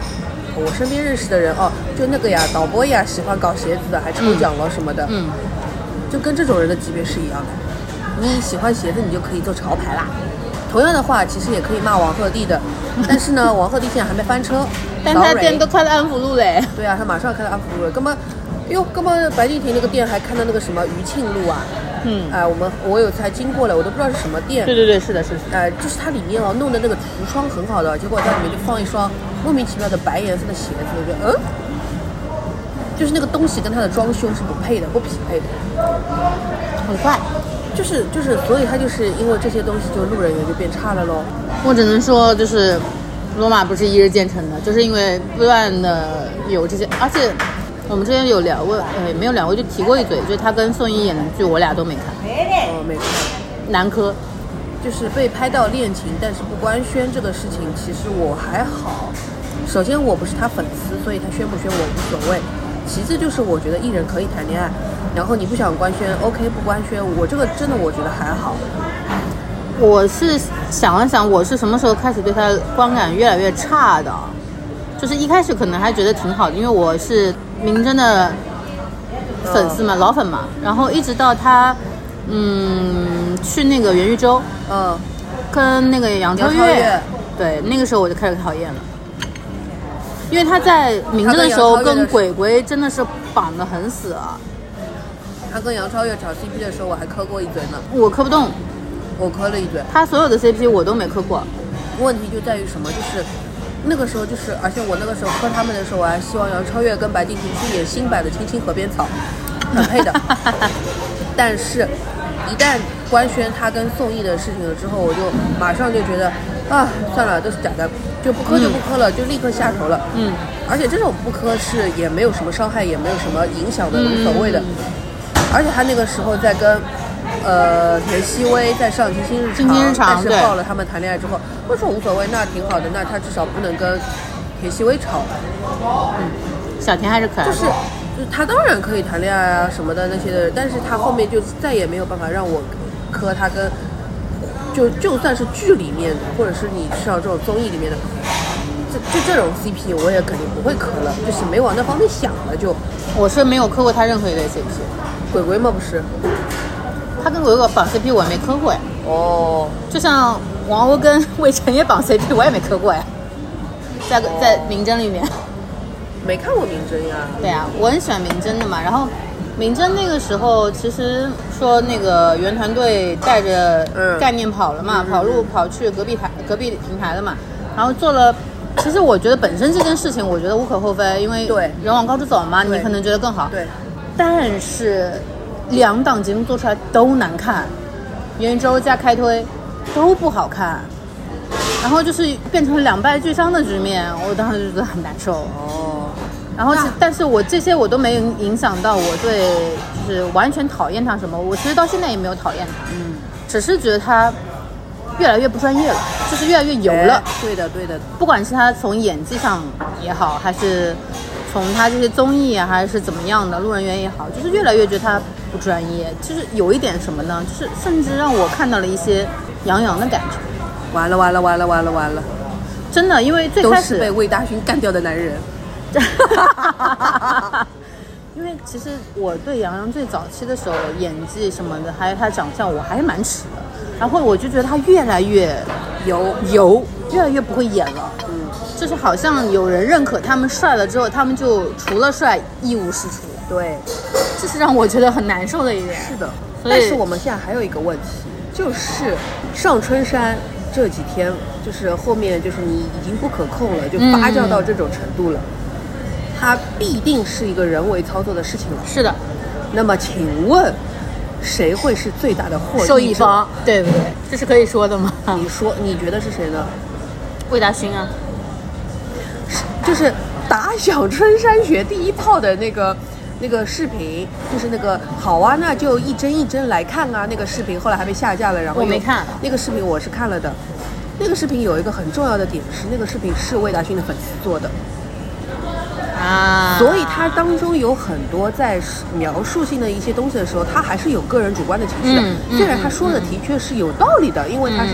我身边认识的人哦，就那个呀，导播呀，喜欢搞鞋子的，还抽奖了什么的，嗯，就跟这种人的级别是一样的。你喜欢鞋子，你就可以做潮牌啦。同样的话，其实也可以骂王鹤棣 的，但是呢，王鹤棣现在还没翻车，但他 sorry 店都开到安福路嘞， 对啊，他马上要开到安福路了，根本，哟，根本白敬亭那个店还看到那个什么余庆路啊，嗯呃，我们我有才经过了，我都不知道是什么店，对对对，是的，是的。呃，就是它里面哦弄的那个橱窗很好的，结果在里面就放一双莫名其妙的白颜色的鞋子，我觉得嗯，就是那个东西跟它的装修是不配的，不匹配的，很快。就是就是，所以它就是因为这些东西就路人缘就变差了喽。我只能说，就是罗马不是一日建成的，就是因为不断的有这些，而且我们之前有聊过，呃，没有聊过，就提过一嘴，就是他跟宋轶演的剧，我俩都没看，哦，没错，南柯。就是被拍到恋情，但是不官宣这个事情，其实我还好。首先我不是他粉丝，所以他宣不宣我无所谓。其次就是我觉得艺人可以谈恋爱，然后你不想官宣，OK 不官宣，我这个真的我觉得还好。我是想了想，我是什么时候开始对他观感越来越差的？就是一开始可能还觉得挺好的，因为我是明真的粉丝嘛，老粉嘛。然后一直到他，嗯，去那个元玉州嗯，跟那个杨超杨超越对，那个时候我就开始讨厌了，因为他在明真的时候他跟杨超越的跟时候鬼鬼真的是绑得很死啊，他跟杨超越炒 CP 的时候，我还磕过一嘴呢，我磕不动，我磕了一嘴。他所有的 CP 我都没磕过。问题就在于什么？就是那个时候，就是而且我那个时候磕他们的时候，我啊还希望杨超越跟白敬亭去演新版的《青青河边草》，很配的。但是，一旦官宣他跟宋轶的事情了之后，我就马上就觉得啊，算了，都是假的，就不磕就不磕了，就立刻下头了。嗯，而且这种不磕是也没有什么伤害，也没有什么影响的，无所谓的。而且他那个时候在跟。呃，田曦薇在上《金星日常》，金星日常但是对爆了他们谈恋爱之后，我说无所谓，那挺好的，那他至少不能跟田曦薇吵了。小田还是可爱的，就是，就是他当然可以谈恋爱啊什么的那些的，但是他后面就再也没有办法让我磕他跟，就就算是剧里面的，或者是你上这种综艺里面的，这就这种 CP 我也肯定不会磕了，就是没往那方面想了就。我是没有磕过他任何一对 CP，鬼鬼嘛不是，他跟鬼鬼绑 CP 我也没磕过呀，哦，就像王鸥跟魏晨也绑 CP 我也没磕过呀，在在明真里面。没看过明侦呀，对啊，我很喜欢明真的嘛。然后明真那个时候，其实说那个原团队带着嗯概念跑了嘛，跑路跑去隔壁台隔壁平台了嘛，然后做了。其实我觉得本身这件事情，我觉得无可厚非，因为对人往高处走嘛，你对可能觉得更好。对，但是两档节目做出来都难看，圆周加开推都不好看，然后就是变成两败俱伤的局面，我当时就觉得很难受。哦，然后其，但是我这些我都没有影响到我对，就是完全讨厌他什么。我其实到现在也没有讨厌他，嗯，只是觉得他越来越不专业了，就是越来越油了哎。，对的对的，不管是他从演技上也好，还是从他这些综艺啊，还是怎么样的路人缘也好，就是越来越觉得他不专业。就是有一点什么呢？就是甚至让我看到了一些杨洋的感觉。完了完了完了完了完了，真的，因为最都开是始被魏大勋干掉的男人， 因为其实我对杨洋最早期的时候演技什么的，还有他长相，我还是蛮耻的。然后我就觉得他越来越有油，越来越不会演了。嗯，就是好像有人认可他们帅了之后，他们就除了帅一无是处，对。这是让我觉得很难受的一点。是的，所以但是我们现在还有一个问题，就是上春山这几天，就是后面就是你已经不可控了，就发酵到这种程度了，它必定是一个人为操作的事情了。是的，那么，请问谁会是最大的获益者受益？方，对不对？这是可以说的吗？你说，你觉得是谁呢？魏大勋啊，就是打响春山学第一炮的那个 那个视频，就是那个好啊，那就一帧一帧来看啊，那个视频后来还被下架了，然后我没又看那个视频，我是看了的。那个视频有一个很重要的点是，那个视频是魏大勋的粉丝做的，啊，所以他当中有很多在描述性的一些东西的时候，他还是有个人主观的情绪的。嗯嗯虽然他说的的确是有道理的，因为他是、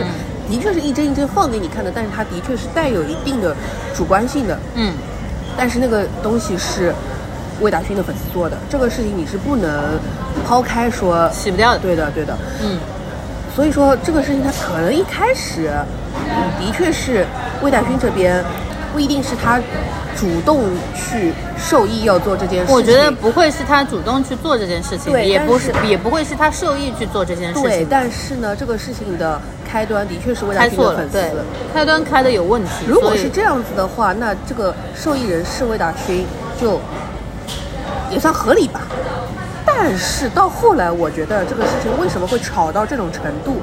的确是一帧一帧放给你看的，但是他的确是带有一定的主观性的。嗯，但是那个东西是魏大勋的粉丝做的，这个事情你是不能抛开说。洗不掉的，对的，对的。嗯，所以嗯说这个事情，他可能一开始的确是魏大勋这边不一定是他主动去受益要做这件事情。我觉得不会是他主动去做这件事情，对也但不是也不会是他受益去做这件事对，情。但是呢，这个事情的开端的确是魏大开勋错的了粉，丝对。，开端开的有问题。如果所以是这样子的话，那这个受益人是魏大勋，就也算合理吧。但是到后来，我觉得这个事情为什么会吵到这种程度，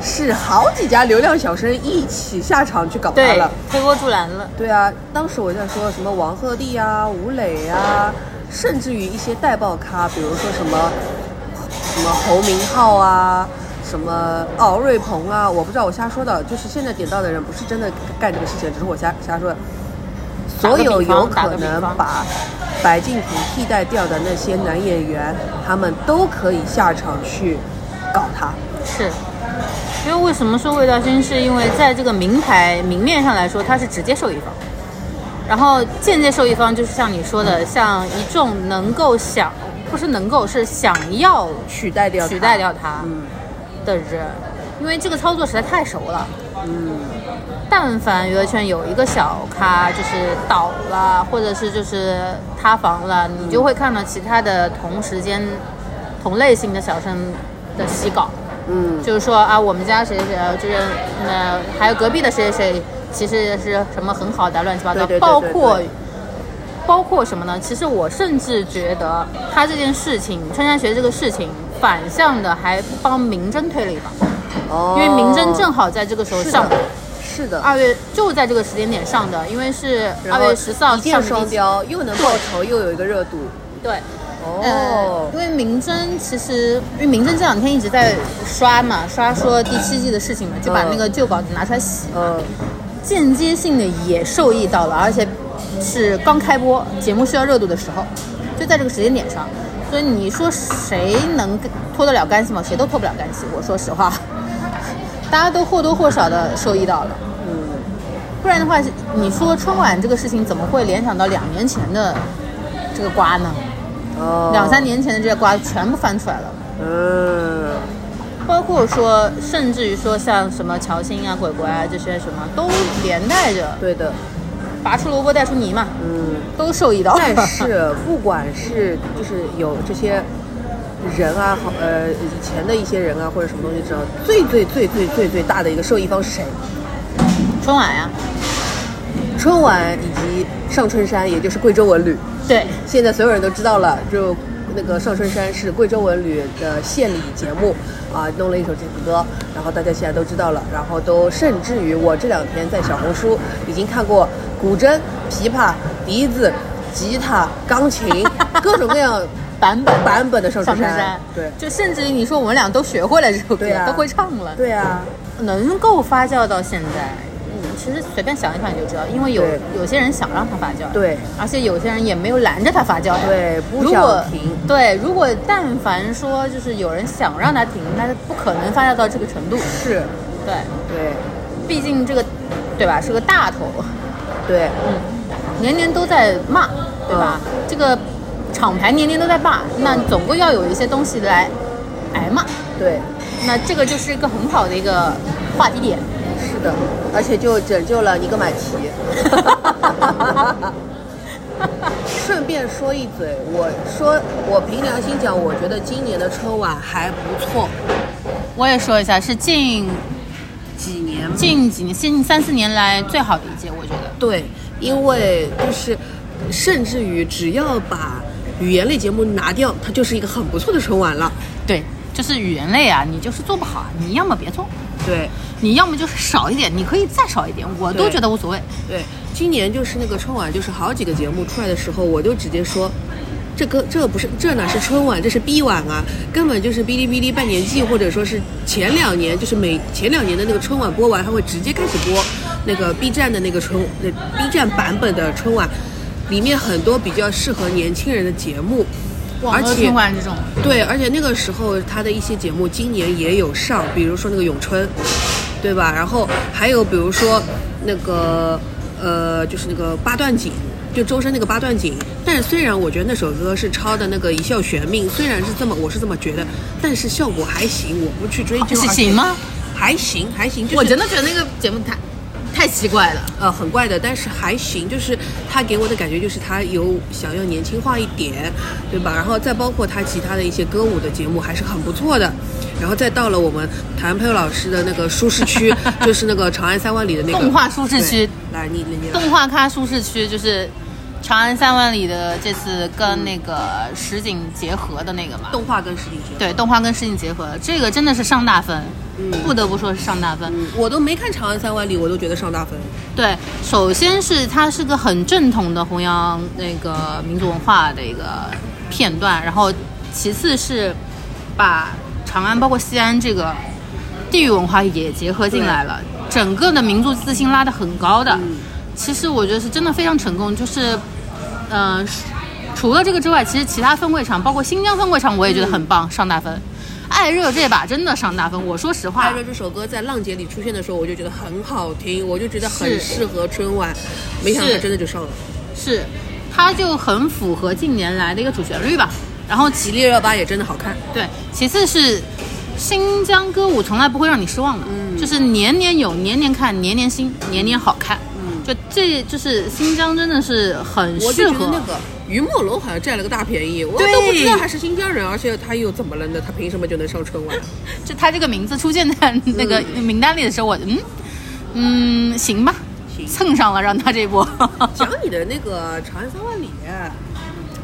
是好几家流量小生一起下场去搞他对了。推波助澜了，对啊，当时我在说什么王鹤棣啊、吴磊啊，甚至于一些带爆咖，比如说什么什么侯明昊啊、什么敖瑞鹏啊，我不知道我瞎说的，就是现在点到的人不是真的干这个事情，只是我瞎瞎说的。打个所比方有有打可个比能方把白敬亭替代掉的那些男演员，他们都可以下场去搞他。是。因为为什么说魏大勋？是因为在这个明牌明面上来说，他是直接受益方，然后间接受益方就是像你说的，像一众能够想，不是能够是想要取代掉他取代掉他嗯的人，因为这个操作实在太熟了。嗯，但凡娱乐圈有一个小咖就是倒了，或者是就是塌房了，你就会看到其他的同时间、同类型的小生的洗稿，嗯，就是说啊，我们家谁谁谁，就是那、还有隔壁的谁谁谁，其实是什么很好的乱七八糟，对对对对包括对包括什么呢？其实我甚至觉得他这件事情，穿山学这个事情，反向的还帮明侦推了一把。哦因为明侦正好在这个时候是上的的，，是的，二月就在这个时间点上的，因为是然二后月十四号一箭上双的第一雕，又能报仇，又有一个热度。对，呃哦，，因为明侦其实因为明侦这两天一直在刷嘛，刷说第七季的事情嘛，就把嗯那个旧稿子拿出来洗，嗯，间接性的也受益到了，而且是刚开播节目需要热度的时候，就在这个时间点上，所以你说谁能跟脱得了干系吗？谁都脱不了干系，我说实话， 大家都或多或少的受益到了。嗯不然的话，你说春晚这个事情怎么会联想到两年前的这个瓜呢？哦，两三，年前的这些瓜全部翻出来了，嗯，包括说，甚至于说像什么乔欣啊、鬼鬼啊这些什么，都连带着对的，拔出萝卜带出泥嘛， 嗯。都受益到了。但 是不管是就是有这些人啊，好呃以前的一些人啊，或者什么东西之后，最最最最最最大的一个受益方是谁？春晚呀、春晚以及上春山，也就是贵州文旅。对，现在所有人都知道了，就那个上春山是贵州文旅的献礼节目啊，弄了一首这首歌，然后大家现在都知道了，然后都甚至于我这两天在小红书已经看过古筝、琵琶、笛子、吉他、钢琴各种各样版本版本的上上春春山山，，对就甚至于你说我们俩都学会了这首歌，对啊都会唱了，对啊，能够发酵到现在，嗯，其实随便想一想你就知道，因为有对有些人想让它发酵，对，而且有些人也没有拦着它发酵，。对，不如果想停，对，如果但凡说就是有人想让它停，那它不可能发酵到这个程度。是，对，对毕竟这个，对吧，是个大头，对，年年都在骂，对吧？这个厂牌年年都在骂，那总归要有一些东西来挨骂。对。那这个就是一个很好的一个话题点。是的，而且就拯救了尼格马奇。顺便说一嘴，我说我凭良心讲，我觉得今年的春晚还不错。我也说一下，是近几年近几年、近三四年来最好的一届，我觉得。对，因为就是，甚至于只要把语言类节目拿掉，它就是一个很不错的春晚了。对，就是语言类啊，你就是做不好，你要么别做，对你要么就是少一点，你可以再少一点，我都对觉得无所谓。对，今年就是那个春晚，就是好几个节目出来的时候，我就直接说。这个这不是这哪是春晚，这是 B 晚啊，根本就是哔哩哔哩半年季，或者说是前两年，就是每前两年的那个春晚播完，它会直接开始播那个 B 站的那个春那 B 站版本的春晚，里面很多比较适合年轻人的节目，而且春晚这种，对，而且那个时候他的一些节目今年也有上，比如说那个咏春，对吧？然后还有比如说那个呃，就是那个八段锦，就周深那个八段锦。但是虽然我觉得那首歌是抄的那个《一笑玄命》，虽然是这么我是这么觉得，但是效果还行，我不去追究。哦是行？吗？还行，还行。就是、我真的觉得那个节目它太奇怪了。呃，很怪的，但是还行，就是他给我的感觉就是他有想要年轻化一点，对吧？然后再包括他其他的一些歌舞的节目还是很不错的。然后再到了我们谭佩老师的那个舒适 区，就是那个长安三万里的那个动画舒适区对来，你你你来动画咖舒适区就是长安三万里的这次跟那个实景结合的那个嘛。动画跟实景结合。对，动画跟实景结合，这个真的是上大分，嗯不得不说是上大分。嗯，我都没看《长安三万里》，我都觉得上大分。对，首先是它是个很正统的弘扬那个民族文化的一个片段，然后其次是把长安包括西安这个地域文化也结合进来了，整个的民族自信拉得很高的。嗯其实我觉得是真的非常成功，就是，嗯、除了这个之外，其实其他分会场，包括新疆分会场，我也觉得很嗯棒，上大分。艾热这把真的上大分，我说实话，艾热这首歌在浪姐里出现的时候，我就觉得很好听，我就觉得很是适合春晚，没想到是它真的就上了。是，它就很符合近年来的一个主旋律吧。然后其吉利热巴也真的好看，对，其次是新疆歌舞从来不会让你失望的，嗯就是年年有，年年看，年年新，年年好看。嗯就这就是新疆真的是很我适就觉合得那个于墨龙好像占了个大便宜，我对都不知道他是新疆人，而且他又怎么了呢？他凭什么就能上春晚？就他这个名字出现在那个名单里的时候，我嗯嗯 行吧，行蹭上了让他这波，讲你的那个《长安三万里》 嗯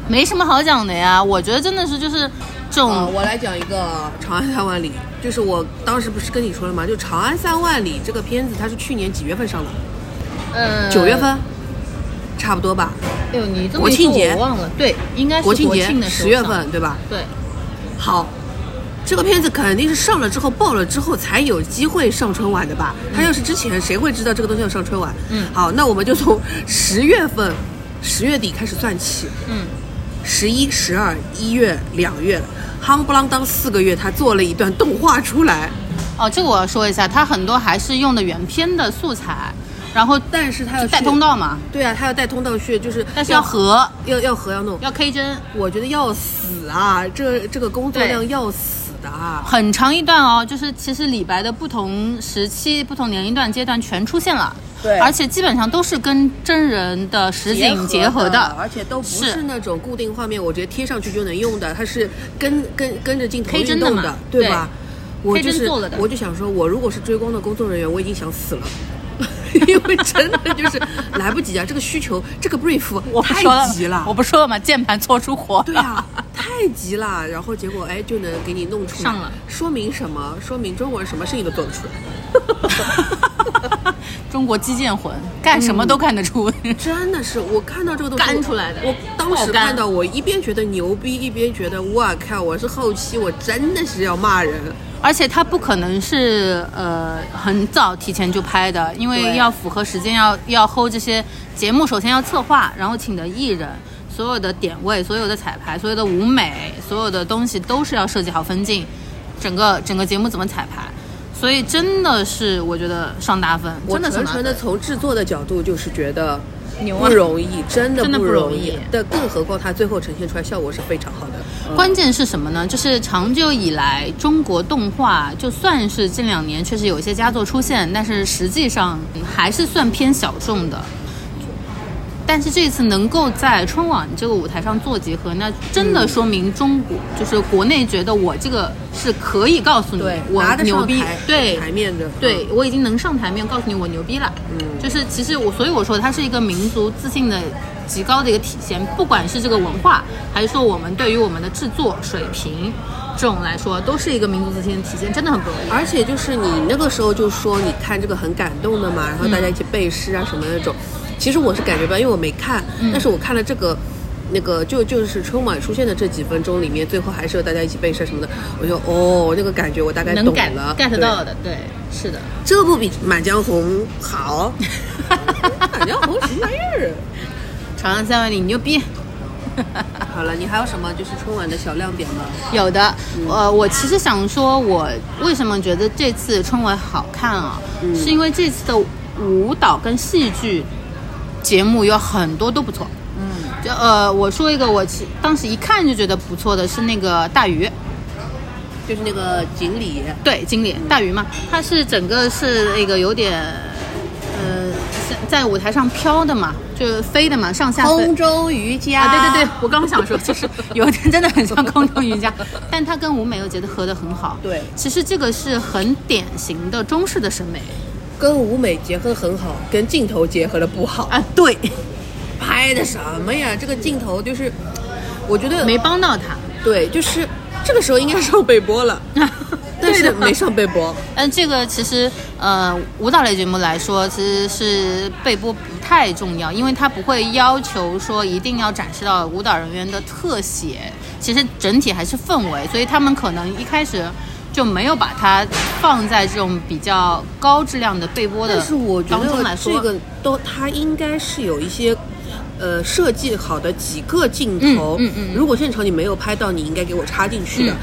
没什么好讲的呀。我觉得真的是就是这种、啊，我来讲一个《长安三万里》，就是我当时不是跟你说了吗？就《长安三万里》这个片子，它是去年几月份上的？呃九月。份，差不多吧。哎呦，你这么国一庆说节我忘了，对，应该是国庆国节庆的时十候月上份，对吧？对。好，这个片子肯定是上了之后爆了之后才有机会上春晚的吧？它要是之前，谁会知道这个东西要上春晚？嗯好，那我们就从十月份、十月底开始算起，嗯，十一、十二、一月、两月，夯不啷当四个月，他做了一段动画出来，哦，这个我要说一下，它很多还是用的原片的素材，然后但是他要就去带通，道嘛，对啊，他要带通道去，就是但是要合，要要和要弄，要 K 针，我觉得要死啊，这这个工作对量要死的啊。很长一段哦。就是其实李白的不同时期、不同年龄段、阶段全出现了，对而且基本上都是跟真人的实景结合的，的。而且都不是是那种固定画面，我直接贴上去就能用的，它是跟跟跟着镜头黑运针的动嘛对吧？我黑就针是做了的我就想说，我如果是追光的工作人员，我已经想死了。 因为真的就是来不及啊！这个需求，这个 brief 我不太说了急了，我不说了嘛，键盘搓出火。对啊，太急了。然后结果哎，就能给你弄出来上了说明什么？说明中国人什么事情都做得出来， 中国基建魂，干什么都干得出。真的是我看到这个东西干出来的我当时爆干看到，我一边觉得牛逼，一边觉得我靠，我是后期，我真的是要骂人。而且它不可能是呃很早提前就拍的，因为对要符合时间，要要 hold 这些节目，首先要策划，然后请的艺人，所有的点位、所有的彩排、所有的舞美、所有的东西都是要设计好分镜，整个整个节目怎么彩排，所以真的是我觉得上大分，我真的纯上大纯分的从制作的角度，就是觉得牛不啊！容易，真的真的不不容容易但更何况它最后呈现出来效果是非常好的。关键是什么呢？就是长久以来，中国动画就算是这两年确实有一些佳作出现，但是实际上还是算偏小众的。但是这次能够在春晚这个舞台上做结合，那真的说明中国、就是国内觉得我这个是可以告诉你对，我拿得牛上逼台，对台面的，对我已经能上台面告诉你我牛逼了。嗯就是其实我，所以我说它是一个民族自信的极高的一个体现，不管是这个文化，还是说我们对于我们的制作水平这种来说，都是一个民族自信的体现，真的很不容易。而且就是你那个时候就说你看这个很感动的嘛，然后大家一起背诗啊什么那种。其实我是感觉吧，因为我没看，但是我看了这个。那个就就是春晚出现的这几分钟里面，最后还是有大家一起背诗啊什么的，我就哦，那个感觉我大概能懂 get 了 get 对到的，对，是的，这不比《满江红》 好？满江红什么玩意儿？ 《长安三万里》你牛逼。 好了，你还有什么就是春晚的小亮点吗？有的，呃，我其实想说，我为什么觉得这次春晚好看啊？嗯是因为这次的舞蹈跟戏剧节目有很多都不错。嗯，就呃，我说一个，我其当时一看就觉得不错的是那个大鱼，就是那个锦鲤，嗯对，经理大鱼嘛，它是整个是那个有点，呃，在舞台上飘的嘛，就飞的嘛，上下飞。空中瑜伽，啊，对对对，我刚想说， 就是有一点真的很像空中瑜伽，但它跟舞美又结合的很好。对其实这个是很典型的中式的审美跟舞美结合得很好，跟镜头结合的不好，啊，对，拍的什么呀？这个镜头就是，我觉得没帮 到他。对，就是这个时候应该上背播 了，但是没上背播。嗯，这个其实呃，舞蹈类节目来说，其实是背播不太重要，因为它不会要求说一定要展示到舞蹈人员的特写，其实整体还是氛围，所以他们可能一开始就没有把它放在这种比较高质量的背播的但是我觉当中来得说，这个都，它应该是有一些。呃，设计好的几个镜头，嗯嗯嗯如果现场你没有拍到，你应该给我插进去的，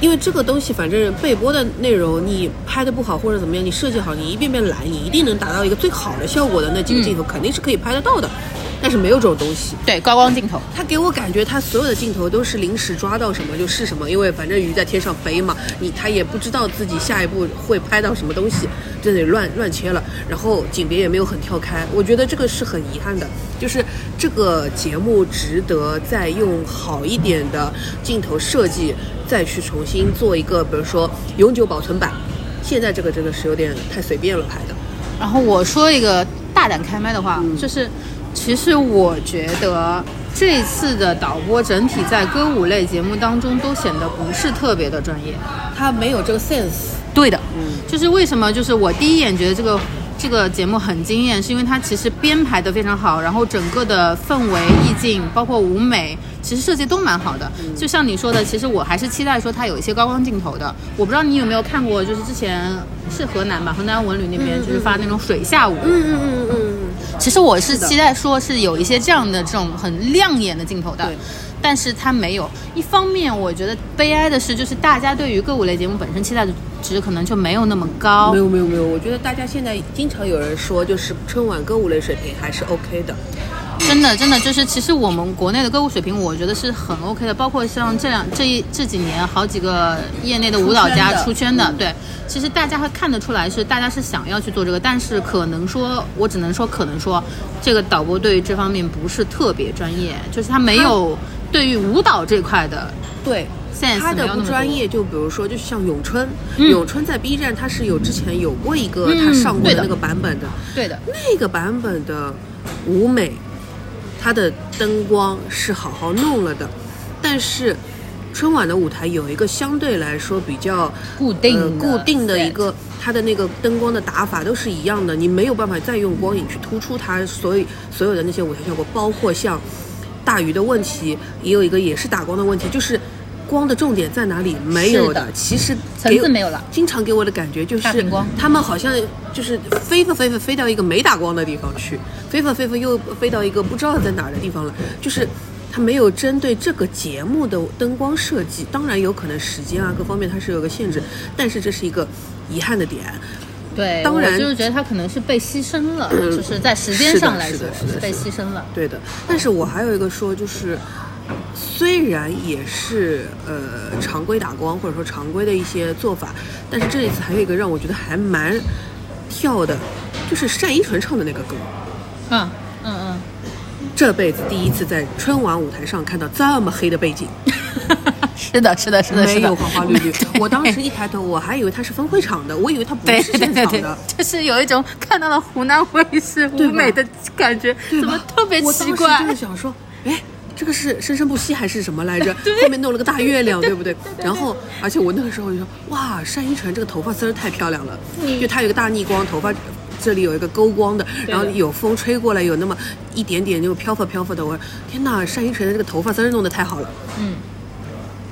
因为这个东西反正背播的内容，你拍的不好或者怎么样，你设计好，你一遍遍来，你一定能达到一个最好的效果的那嗯几个镜头，肯定是可以拍得到的，但是没有这种东西，对高光镜头。他给我感觉，他所有的镜头都是临时抓到什么就是什么，因为反正鱼在天上飞嘛，你他也不知道自己下一步会拍到什么东西，就得乱乱切了。然后景别也没有很跳开，我觉得这个是很遗憾的。就是这个节目值得再用好一点的镜头设计，再去重新做一个，比如说永久保存版。现在这个真的是有点太随便了拍的。然后我说一个大胆开麦的话，就是其实我觉得这次的导播整体在歌舞类节目当中都显得不是特别的专业。他没有这个 sense，对的，嗯就是为什么就是我第一眼觉得这个这个节目很惊艳，是因为它其实编排的非常好，然后整个的氛围、意境，包括舞美，其实设计都蛮好的。嗯就像你说的，其实我还是期待说它有一些高光镜头的。我不知道你有没有看过，就是之前是河南吧，河南文旅那边就是发那种水下舞，嗯嗯嗯嗯，其实我是期待说是有一些这样的这种很亮眼的镜头的对，但是它没有。一方面，我觉得悲哀的是，就是大家对于歌舞类节目本身期待值可能就没有那么高没。有没有没有，我觉得大家现在经常有人说，就是春晚歌舞类水平还是 OK 的。真的，真的就是，其实我们国内的歌舞水平，我觉得是很 OK 的。包括像这两这一这几年，好几个业内的舞蹈家出出圈的，对，其实大家还看得出来是大家是想要去做这个，但是可能说，我只能说可能说，这个导播对于这方面不是特别专业，就是他没有对于舞蹈这块的对， sense 他没的有不那么专多。业，就比如说，就像咏春，嗯咏春在 B 站它是有之前有过一个嗯他上过对的的那个版本的，对的，那个版本的舞美，它的灯光是好好弄了的，但是春晚的舞台有一个相对来说比较固定的呃、固定的 set 一个它的那个灯光的打法都是一样的，你没有办法再用光影去突出它所以所有的那些舞台效果，包括像大鱼的问题，也有一个也是打光的问题，就是。光的重点在哪里？没有是的其实层给次没有了经常给我的感觉就是大屏光他们好像就是飞吧飞吧飞到一个没打光的地方去，飞吧飞吧又飞到一个不知道在哪儿的地方了，就是。他没有针对这个节目的灯光设计，当然有可能时间啊各方面它是有个限制，但是这是一个遗憾的点。对，当然我就是觉得他可能是被牺牲了，嗯就是在时间上来是说的是的是的被是牺牲了。对的，但是我还有一个说就是，虽然也是呃常规打光或者说常规的一些做法，但是这一次还有一个让我觉得还蛮跳的，就是单依纯唱的那个歌。嗯嗯嗯。这辈子第一次在春晚舞台上看到这么黑的背景， 是的，是的，是的，嗯是没的，有花花绿 绿。对我当时一抬头，我还以为它是分会场的，我以为它不对是对现对场对的。，就是有一种看到了湖南卫视对舞吧美的感觉，对怎么吧特别奇怪我？当时就是想说，哎，这个是生生不息还是什么来 着？后面弄了个大月亮，对不对？然后，而且我那个时候就说，哇，单依纯这个头发丝儿太漂亮了，嗯就她有个大逆光，头发这里有一个勾光的，然后有风吹过来，有那么一点点就飘拂飘拂的。我说，天哪，单依纯的这个头发丝儿弄得太好了。嗯。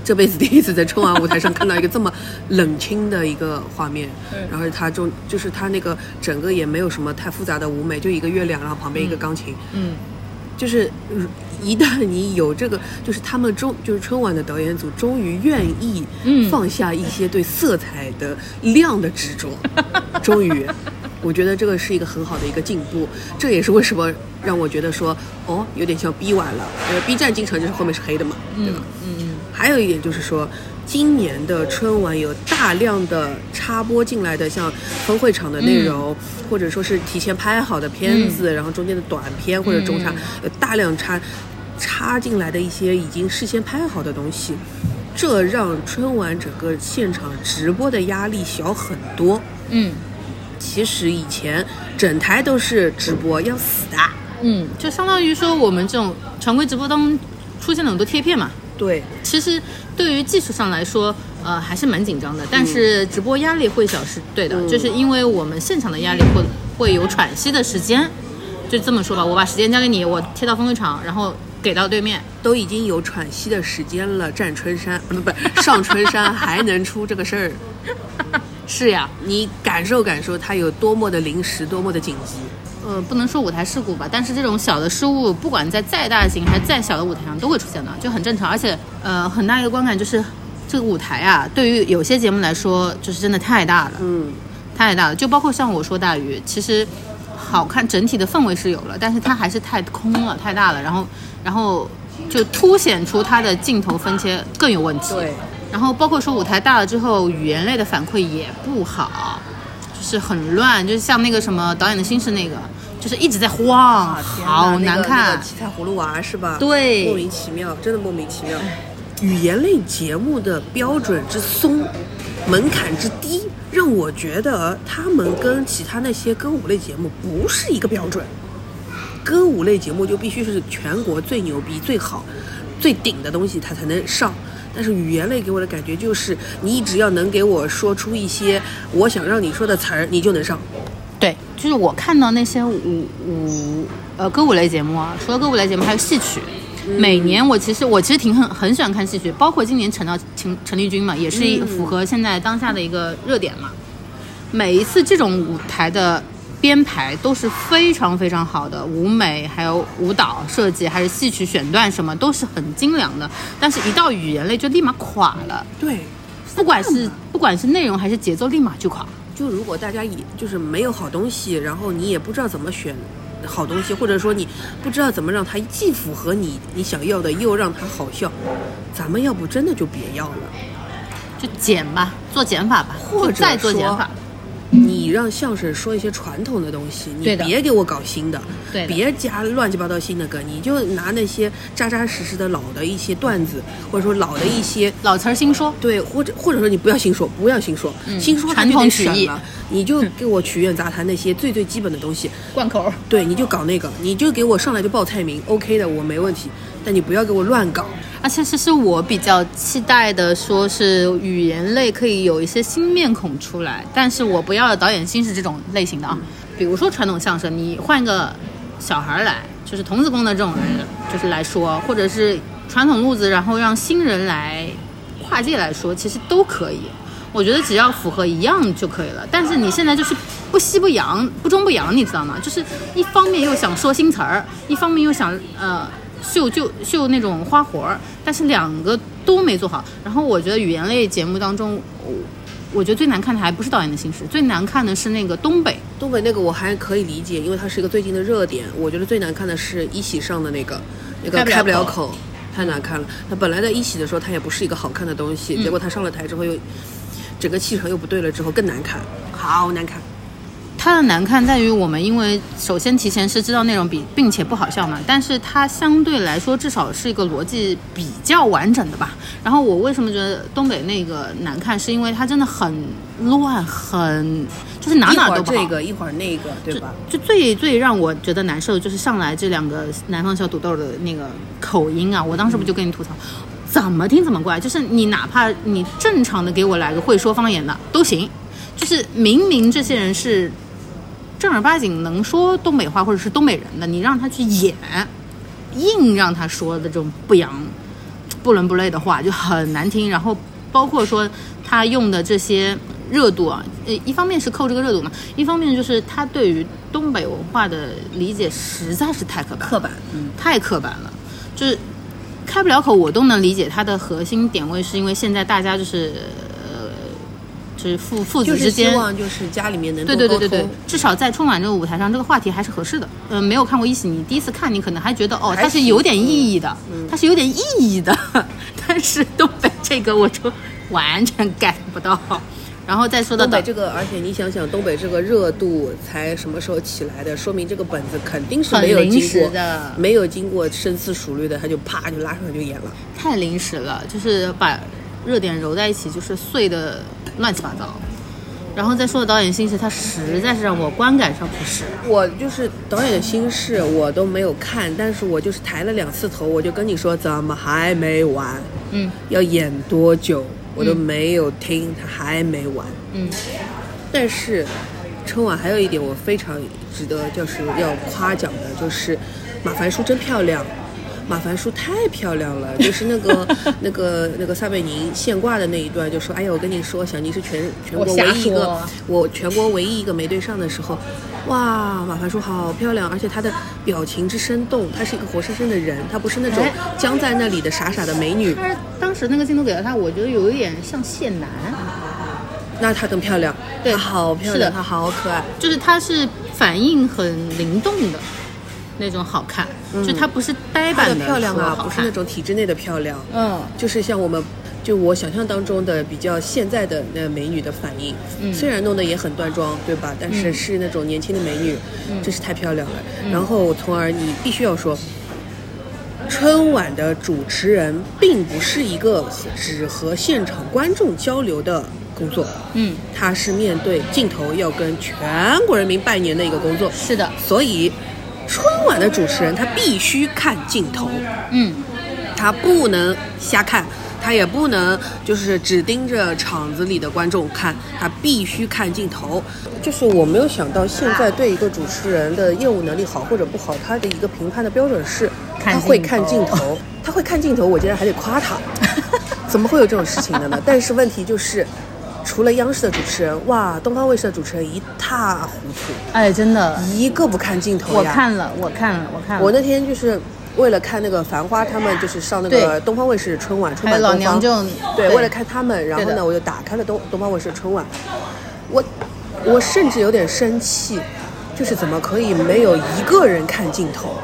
这辈子第一次在春晚舞台上看到一个这么冷清的一个画 面，然后他中就是他那个整个也没有什么太复杂的舞美，就一个月亮，然后旁边一个钢琴，嗯，就是如一旦你有这个，就是他们终就是春晚的导演组终于愿意嗯放下一些对色彩的量的执着，终于，我觉得这个是一个很好的一个进步，这也是为什么让我觉得说哦有点像 B 晚了，呃 B 站经常就是后面是黑的嘛，对吧？嗯，还有一点就是说，今年的春晚有大量的插播进来的，像分会场的内容，或者说是提前拍好的片子，然后中间的短片或者中插，有大量插插进来的一些已经事先拍好的东西，这让春晚整个现场直播的压力小很多。嗯其实以前整台都是直播，要死的。嗯，就相当于说我们这种常规直播当中出现了很多贴片嘛。对，其实对于技术上来说，呃，还是蛮紧张的，但是直播压力会小是对的，嗯就是因为我们现场的压力会会有喘息的时间，就这么说吧，我把时间交给你，我贴到分会场，然后给到对面，都已经有喘息的时间了，站春山不不上春山还能出这个事儿，是呀，你感受感受它有多么的临时，多么的紧急。呃，不能说舞台事故吧，但是这种小的失误，不管在再大型还是再小的舞台上都会出现的，就很正常。而且，呃，很大一个观感就是这个舞台啊，对于有些节目来说，就是真的太大了，嗯，太大了。就包括像我说大鱼，其实好看整体的氛围是有了，但是它还是太空了，太大了，然后，然后就凸显出它的镜头分切更有问题。对，然后包括说舞台大了之后，语言类的反馈也不好，就是很乱，就是像那个什么导演的心事那个，就是一直在啊晃，好那难个那看啊个。七彩葫芦娃是吧？对莫名其妙，真的莫名其妙。语言类节目的标准之松，门槛之低，让我觉得他们跟其他那些歌舞类节目不是一个标准。歌舞类节目就必须是全国最牛逼、最好、最顶的东西，它才能上。但是语言类给我的感觉就是，你只要能给我说出一些我想让你说的词儿，你就能上。对，就是我看到那些舞舞呃歌舞类节目啊，除了歌舞类节目，还有戏曲。每年我其实我其实挺很很喜欢看戏曲，包括今年陈到陈陈丽君嘛，也是一符合现在当下的一个热点嘛。每一次这种舞台的编排都是非常非常好的，舞美还有舞蹈设计，还是戏曲选段什么都是很精良的。但是，一到语言类就立马垮了，对，不管是不管是内容还是节奏，立马就垮。就如果大家也就是没有好东西，然后你也不知道怎么选好东西，或者说你不知道怎么让它既符合你你想要的，又让它好笑，咱们要不真的就别要了。就减吧，做减法吧，或者就再做说减法。你让相声说一些传统的东西，你嗯对的别给我搞新的，对的别加乱七八糟新的歌，你就拿那些扎扎实实的老的一些段子，或者说老的一些老词儿新说，对，或者或者说你不要新说，不要新说，新说它嗯传就统得曲省艺了，你就给我曲苑杂谈那些最最基本的东西，贯口。对，你就搞那个，你就给我上来就报菜名，OK 的，我没问题。但你不要给我乱搞，而啊且其实我比较期待的，说是语言类可以有一些新面孔出来，但是我不要导演新是这种类型的嗯啊。比如说传统相声，你换一个小孩儿来，就是童子功的这种人，就是来说，或者是传统路子，然后让新人来跨界来说，其实都可以。我觉得只要符合一样就可以了。但是你现在就是不西不洋，不中不洋，你知道吗？就是一方面又想说新词儿，一方面又想呃秀就秀那种花活儿，但是两个都没做好。然后我觉得语言类节目当中，我我觉得最难看的还不是导演的心事，最难看的是那个东北。东北那个我还可以理解，因为它是一个最近的热点。我觉得最难看的是一喜上的那个，那个开开不不了了口口，太难看了。它本来在一喜的时候，它也不是一个好看的东西，嗯结果它上了台之后又，整个气场又不对了，之后更难看，好难看。它的难看在于我们因为首先提前是知道内容比，并且不好笑嘛，但是它相对来说至少是一个逻辑比较完整的吧。然后我为什么觉得东北那个难看，是因为它真的很乱，很就是哪一哪会儿都不好。这个，一会儿那个，对吧？就最最让我觉得难受的就是上来这两个南方小土豆的那个口音啊，我当时不就跟你吐槽，怎么听怎么怪，就是你哪怕你正常的给我来个会说方言的都行，就是明明这些人是正儿八经能说东北话或者是东北人的，你让他去演，硬让他说的这种不洋不伦不类的话就很难听。然后包括说他用的这些热度啊，呃，一方面是扣这个热度嘛，一方面就是他对于东北文化的理解实在是太刻板了，刻板，嗯，太刻板了，就是开不了口，我都能理解它的核心点位，是因为现在大家就是呃，就是父父就子是之希间。望就是家里面能多对对对沟对对通，至少在春晚这个舞台上，这个话题还是合适的。嗯、没有看过嗯一喜，你第一次看，你可能还觉得哦，它是有点意义的，它是有点意义的。但 但是东北这个我就完全 get 不到。然后再说到东北导这个，而且你想想，东北这个热度才什么时候起来的？说明这个本子肯定是很没有临经时过的没有经过深思熟虑的，他就啪就拉上来就演了。太临时了，就是把热点揉在一起，就是碎的乱七八糟。然后再说到导演心事，他实在是让我观感上不适。我就是导演的心事，我都没有看，但是我就是抬了两次头，我就跟你说怎么还没完，嗯要演多久，我都没有听，他还没完。嗯，但是春晚还有一点我非常值得就是要夸奖的，就是马凡舒真漂亮。马凡舒太漂亮 了，就是那个那个那个撒贝宁现挂的那一段，就说：“哎呀，我跟你说，小宁是全全国我唯瞎一一个说我全国唯一一个没对上的时候，哇，马凡舒好漂亮，而且她的表情之生动，她是一个活生生的人，她不是那种哎僵在那里的傻傻的美女，但是当时那个镜头给到他，我觉得有一点像谢楠，那她更漂亮，对她好漂是的亮，她好可爱，就是他是反应很灵动的那种好看，就他不是呆她嗯板的地漂亮说啊，好不是看那种体制内的漂亮，嗯。就是像我们，就我想象当中的比较现在的那美女的反应，嗯虽然弄得也很端庄，对吧？但是是那种年轻的美女，嗯真是太漂亮了。然后，从而你必须要说，春晚的主持人并不是一个只和现场观众交流的工作，嗯，他是面对镜头要跟全国人民拜年的一个工作，是的，所以。春晚的主持人他必须看镜头，嗯，他不能瞎看，他也不能就是只盯着场子里的观众看，他必须看镜头。就是我没有想到现在对一个主持人的业务能力好或者不好，他的一个评判的标准是看他会镜头看镜头，他会看镜头，我竟然还得夸 他，怎么会有这种事情的呢？但是问题就是。除了央视的主持人，哇，东方卫视的主持人一塌糊涂，哎，真的，一个不看镜头呀。我看了，我看了，我看了，我那天就是为了看那个《繁花》，他们就是上那个对东方卫视春晚，春还有晚老东方娘舅，对，为了看他们，然后对呢，的我就打开了东东方卫视春晚，我我甚至有点生气，就是怎么可以没有一个人看镜头？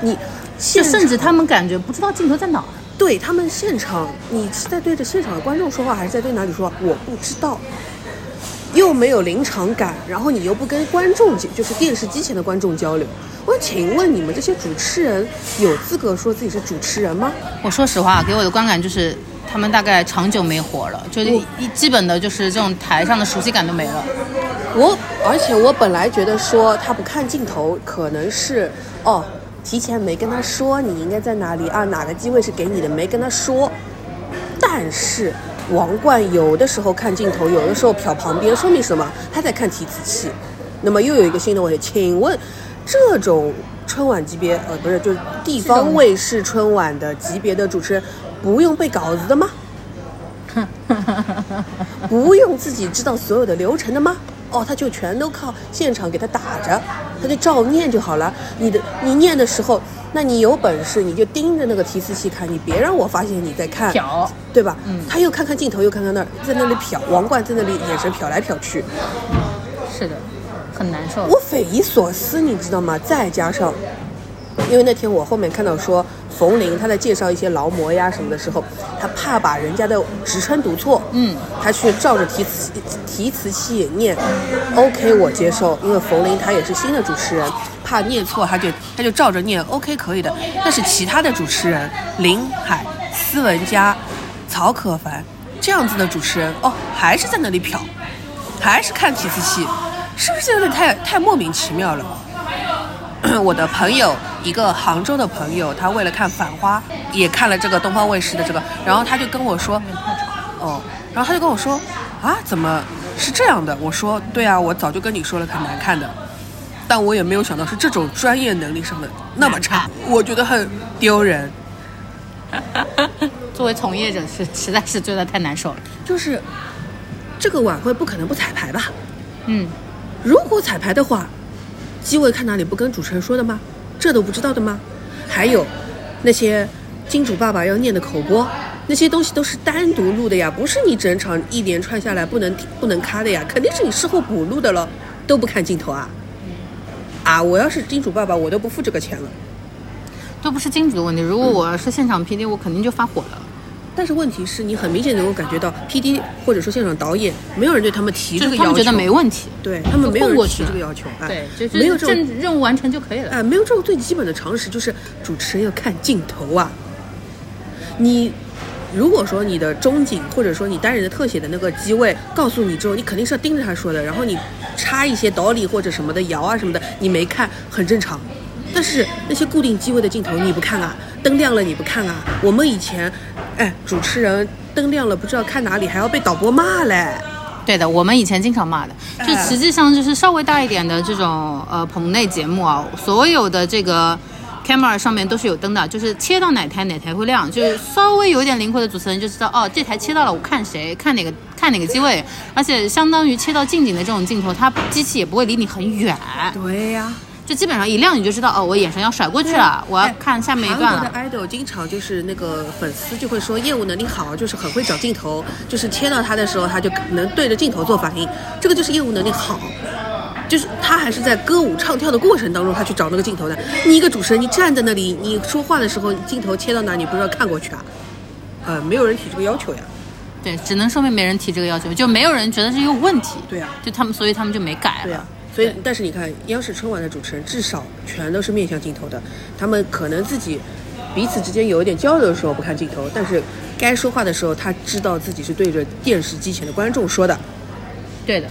你就现甚至场他们感觉不知道镜头在哪儿，对他们现场，你是在对着现场的观众说话，还是在对哪里说话？我不知道。又没有临场感，然后你又不跟观众交，就是电视机前的观众交流。我请问你们这些主持人有资格说自己是主持人吗？我说实话，给我的观感就是他们大概长久没活了，就是我一基本的就是这种台上的熟悉感都没了。我而且我本来觉得说他不看镜头，可能是哦，提前没跟他说你应该在哪里啊，哪个机位是给你的，没跟他说。但是王冠有的时候看镜头，有的时候瞟旁边，说明什么？他在看提词器。那么又有一个新的问题，请问这种春晚级别，呃，不是，就是地这方种卫视春晚的级别的主持人，不用背稿子的吗？不用自己知道所有的流程的吗？哦，他就全都靠现场给他打着，他就照念就好了。你的你念的时候，那你有本事你就盯着那个提示器看，你别让我发现你在看，瞟对吧？嗯他又看看镜头，又看看那儿，在那里瞟，王冠在那里眼神瞟来瞟去，是的，很难受。我匪夷所思，你知道吗？再加上，因为那天我后面看到说冯琳她在介绍一些劳模呀什么的时候，她怕把人家的职称读错，嗯，她去照着提词提词器念，OK 我接受，因为冯琳她也是新的主持人，怕念错，她就她就照着念，OK 可以的。但是其他的主持人林海、斯文佳、曹可凡这样子的主持人，哦，还是在那里瞟。还是看提词器，是不是有点太太莫名其妙了？ 我的朋友，一个杭州的朋友，他为了看《繁花》，也看了这个东方卫视的这个，然后他就跟我说，哦，然后他就跟我说，啊，怎么是这样的？我说，对啊，我早就跟你说了很难看的，但我也没有想到是这种专业能力上的那么差，我觉得很丢人。作为从业者是实在是觉得太难受了。就是这个晚会不可能不彩排吧？嗯，如果彩排的话，机位看哪里不跟主持人说的吗？这都不知道的吗？还有那些金主爸爸要念的口播，那些东西都是单独录的呀，不是你整场一连串下来不能不能咔的呀，肯定是你事后补录的喽，都不看镜头啊。啊！我要是金主爸爸，我都不付这个钱了。嗯都不是金主的问题。如果我是现场 PD，我肯定就发火了。但是问题是你很明显能够感觉到，P D 或者说现场导演，没有人对他们提就这个是他要们求，觉得没问题，对他们没有就混过人提去了这个要求，哎对，就没有是这种正任务完成就可以了。哎，没有这种最基本的常识，就是主持人要看镜头啊。你如果说你的中景或者说你单人的特写的那个机位告诉你之后，你肯定是要盯着他说的，然后你插一些导理或者什么的摇啊什么的，你没看很正常。但是那些固定机位的镜头你不看啊，灯亮了你不看啊。我们以前，哎，主持人灯亮了不知道看哪里，还要被导播骂嘞。对的，我们以前经常骂的，就哎实际上就是稍微大一点的这种呃棚内节目啊，所有的这个 camera 上面都是有灯的，就是切到哪台哪台会亮，就是稍微有一点灵活的主持人就知道哦，这台切到了，我看谁看哪个看哪个机位，而且相当于切到近景的这种镜头，它机器也不会离你很远，对呀、就基本上一亮你就知道哦，我眼神要甩过去了，我要看下面一段了。哎韩国的 idol 经常就是那个粉丝就会说业务能力好，就是很会找镜头，就是切到他的时候，他就能对着镜头做反应，这个就是业务能力好。就是他还是在歌舞唱跳的过程当中，他去找那个镜头的。你一个主持人，你站在那里，你说话的时候，镜头切到哪，你不知道看过去啊？呃，没有人提这个要求呀。对，只能说明没人提这个要求，就没有人觉得是有问题。对啊就他们，所以他们就没改对了。啊，所以对但是你看，央视春晚的主持人至少全都是面向镜头的，他们可能自己彼此之间有一点交流的时候不看镜头，但是该说话的时候，他知道自己是对着电视机前的观众说的。对的，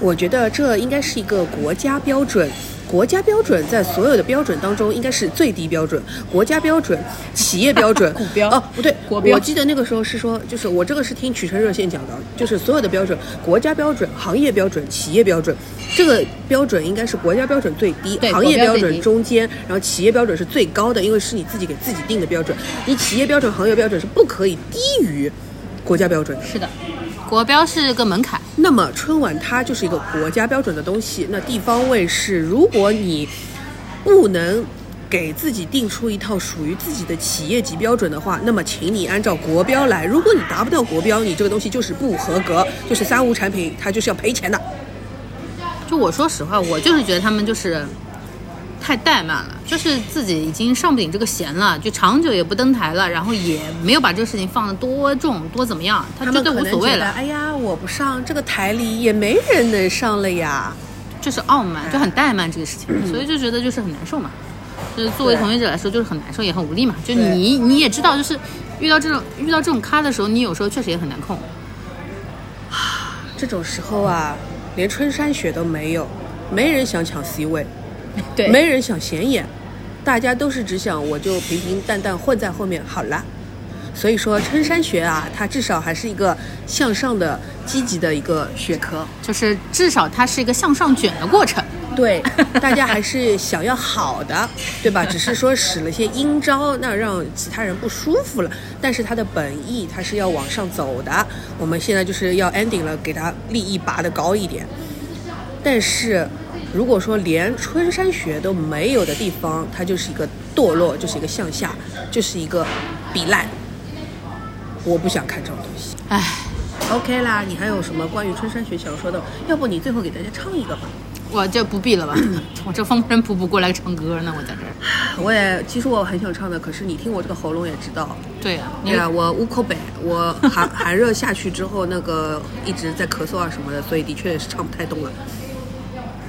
我觉得这应该是一个国家标准。国家标准在所有的标准当中应该是最低标准，国家标准、企业标 准、国标哦，不对，国标我记得那个时候是说，就是我这个是听曲成热线讲的，就是所有的标准，国家标准、行业标准、企业标准，这个标准应该是国家标准最低，对行业标国标最准低中间，然后企业标准是最高的，因为是你自己给自己定的标准，你企业标准、行业标准是不可以低于国家标准的。是的，国标是个门槛。那么春晚它就是一个国家标准的东西，那地方卫视，如果你不能给自己定出一套属于自己的企业级标准的话，那么请你按照国标来。如果你达不到国标，你这个东西就是不合格，嗯就是三无产品，它就是要赔钱的。就我说实话，我就是觉得他们就是太怠慢了，就是自己已经上不顶这个弦了，就长久也不登台了，然后也没有把这个事情放得多重多怎么样，他们觉可得无能所谓觉得了，哎呀，我不上这个台里也没人能上了呀。就是傲慢，就很怠慢这个事情，所以就觉得就是很难受嘛。就是作为嗯对从业者来说，就是很难受，也很无力嘛。就对你你也知道，就是遇到这种遇到这种咖的时候，你有时候确实也很难控。这种时候啊，连春山雪都没有，没人想抢 C 位。对没人想显眼，大家都是只想我就平平淡淡混在后面好了。所以说，春山学啊，它至少还是一个向上的、积极的一个学科。就是至少它是一个向上卷的过程。对，大家还是想要好 的，对吧？只是说使了些阴招，那让其他人不舒服了。但是它的本意，它是要往上走的。我们现在就是要 ending 了，给它利益拔得高一点。但是，如果说连春山学都没有的地方，它就是一个堕落，就是一个向下，就是一个比烂。我不想看这种东西。唉， OK 啦，你还有什么关于春山学想说的？要不你最后给大家唱一个吧。我就不 必了吧，我这风尘仆仆过来唱歌呢，我在这儿。我也其实我很想唱的，可是你听我这个喉咙也知道，对啊，你对啊，我捂口北，我寒 寒热下去之后，那个一直在咳嗽啊什么的，所以的确是唱不太动了。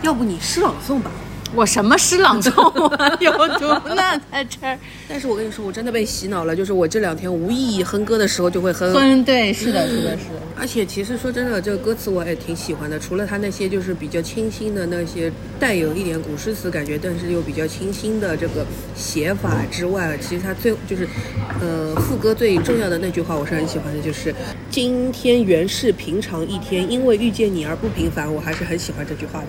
要不你诗朗诵吧？我什么诗朗诵 啊？有毒呢，在这儿。但是我跟你说，我真的被洗脑了，就是我这两天无意义哼歌的时候就会哼，嗯， 对，是的，是的，是的。而且其实说真的，这个歌词我也挺喜欢的，除了它那些就是比较清新的那些带有一点古诗词感觉，但是又比较清新的这个写法之外，其实它最就是，呃，副歌最重要的那句话我是很喜欢的，就是“今天原是平常一天，因为遇见你而不平凡”，我还是很喜欢这句话的。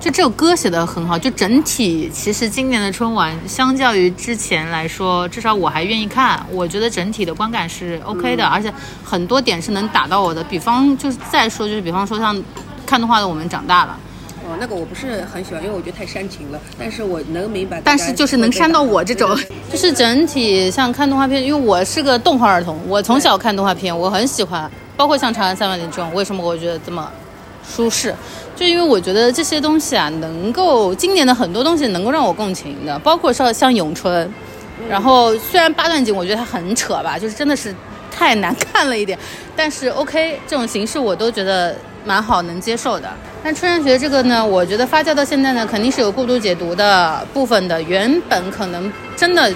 就这首歌写的很好，就整体其实今年的春晚，相较于之前来说，至少我还愿意看。我觉得整体的观感是 OK 的，而且很多点是能打到我的。比方就是再说，就是比方说像看动画的我们长大了，哦，那个我不是很喜欢，因为我觉得太煽情了，但是我能明白大但家会被打。是就是能删到我这种，就是整体像看动画片，因为我是个动画儿童，我从小看动画片，我很喜欢，包括像《长安三万里》这种，为什么我觉得这么舒适？就因为我觉得这些东西啊，能够今年的很多东西能够让我共情的，包括像像咏春，然后虽然八段锦我觉得它很扯吧，就是真的是太难看了一点，但是 OK 这种形式我都觉得蛮好能接受的。但春山学这个呢，我觉得发酵到现在呢，肯定是有过度解读的部分的。原本可能真的，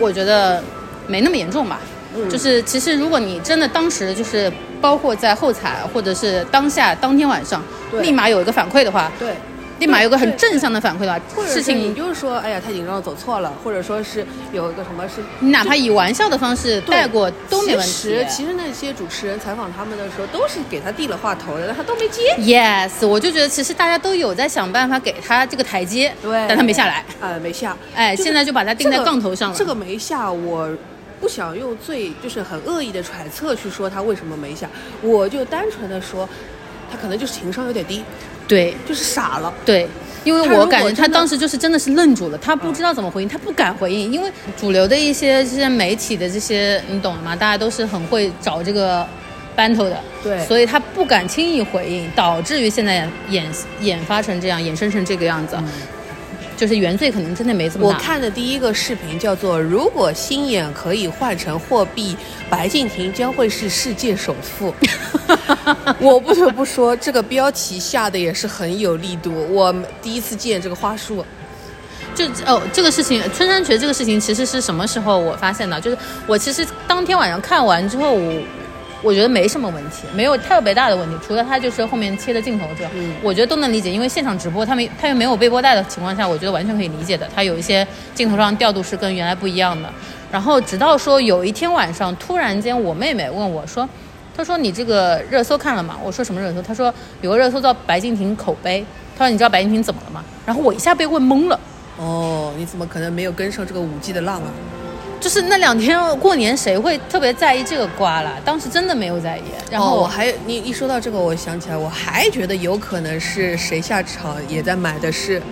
我觉得没那么严重吧。嗯就是其实如果你真的当时就是包括在后采或者是当下当天晚上对立马有一个反馈的话，对，立马有个很对正向的反馈的话或，者事是你情就是说，哎呀，太紧张了，走错了，或者说是有一个什么是你哪怕以玩笑的方式带过都没问其题实。其实那些主持人采访他们的时候，都是给他递了话头的，但他都没接。 Yes，我就觉得其实大家都有在想办法给他这个台阶，但他没下来。，呃，没下。哎，就是现在就把他钉在杠头上了。这个、这个没下，我不想用最就是很恶意的揣测去说他为什么没下，我就单纯的说，他可能就是情商有点低，对就是傻了。对，因他为如我果感觉他真的当时就是真的是愣住了，他不嗯知道怎么回应，他不敢回应，因为主流的一些这些媒体的这些，你懂吗？大家都是很会找这个。班头的，对所以他不敢轻易回应，导致于现在演演发成这样，衍生成这个样子，嗯就是原罪可能真的没这么我大。看的第一个视频叫做“如果心眼可以换成货币，白敬亭将会是世界首富” 。 我不得不说，这个标题下的也是很有力度。我第一次见这个花束，就哦，这个事情，春山学这个事情其实是什么时候我发现的？就是我其实当天晚上看完之后，我我觉得没什么问题，没有特别大的问题，除了他就是后面切的镜头之外，嗯我觉得都能理解，因为现场直播他没他又没有背波带的情况下，我觉得完全可以理解的。他有一些镜头上调度是跟原来不一样的。然后直到说有一天晚上，突然间我妹妹问我说。她说：“你这个热搜看了吗？”我说：“什么热搜？”她说：“有个热搜叫白敬亭口碑。”她说：“你知道白敬亭怎么了吗？”然后我一下被问懵了。哦，你怎么可能没有跟上这个五 G 的浪啊？就是那两天过年，谁会特别在意这个瓜啦？当时真的没有在意。然哦后、我还你一说到这个，我想起来，我还觉得有可能是谁下场也在买的是，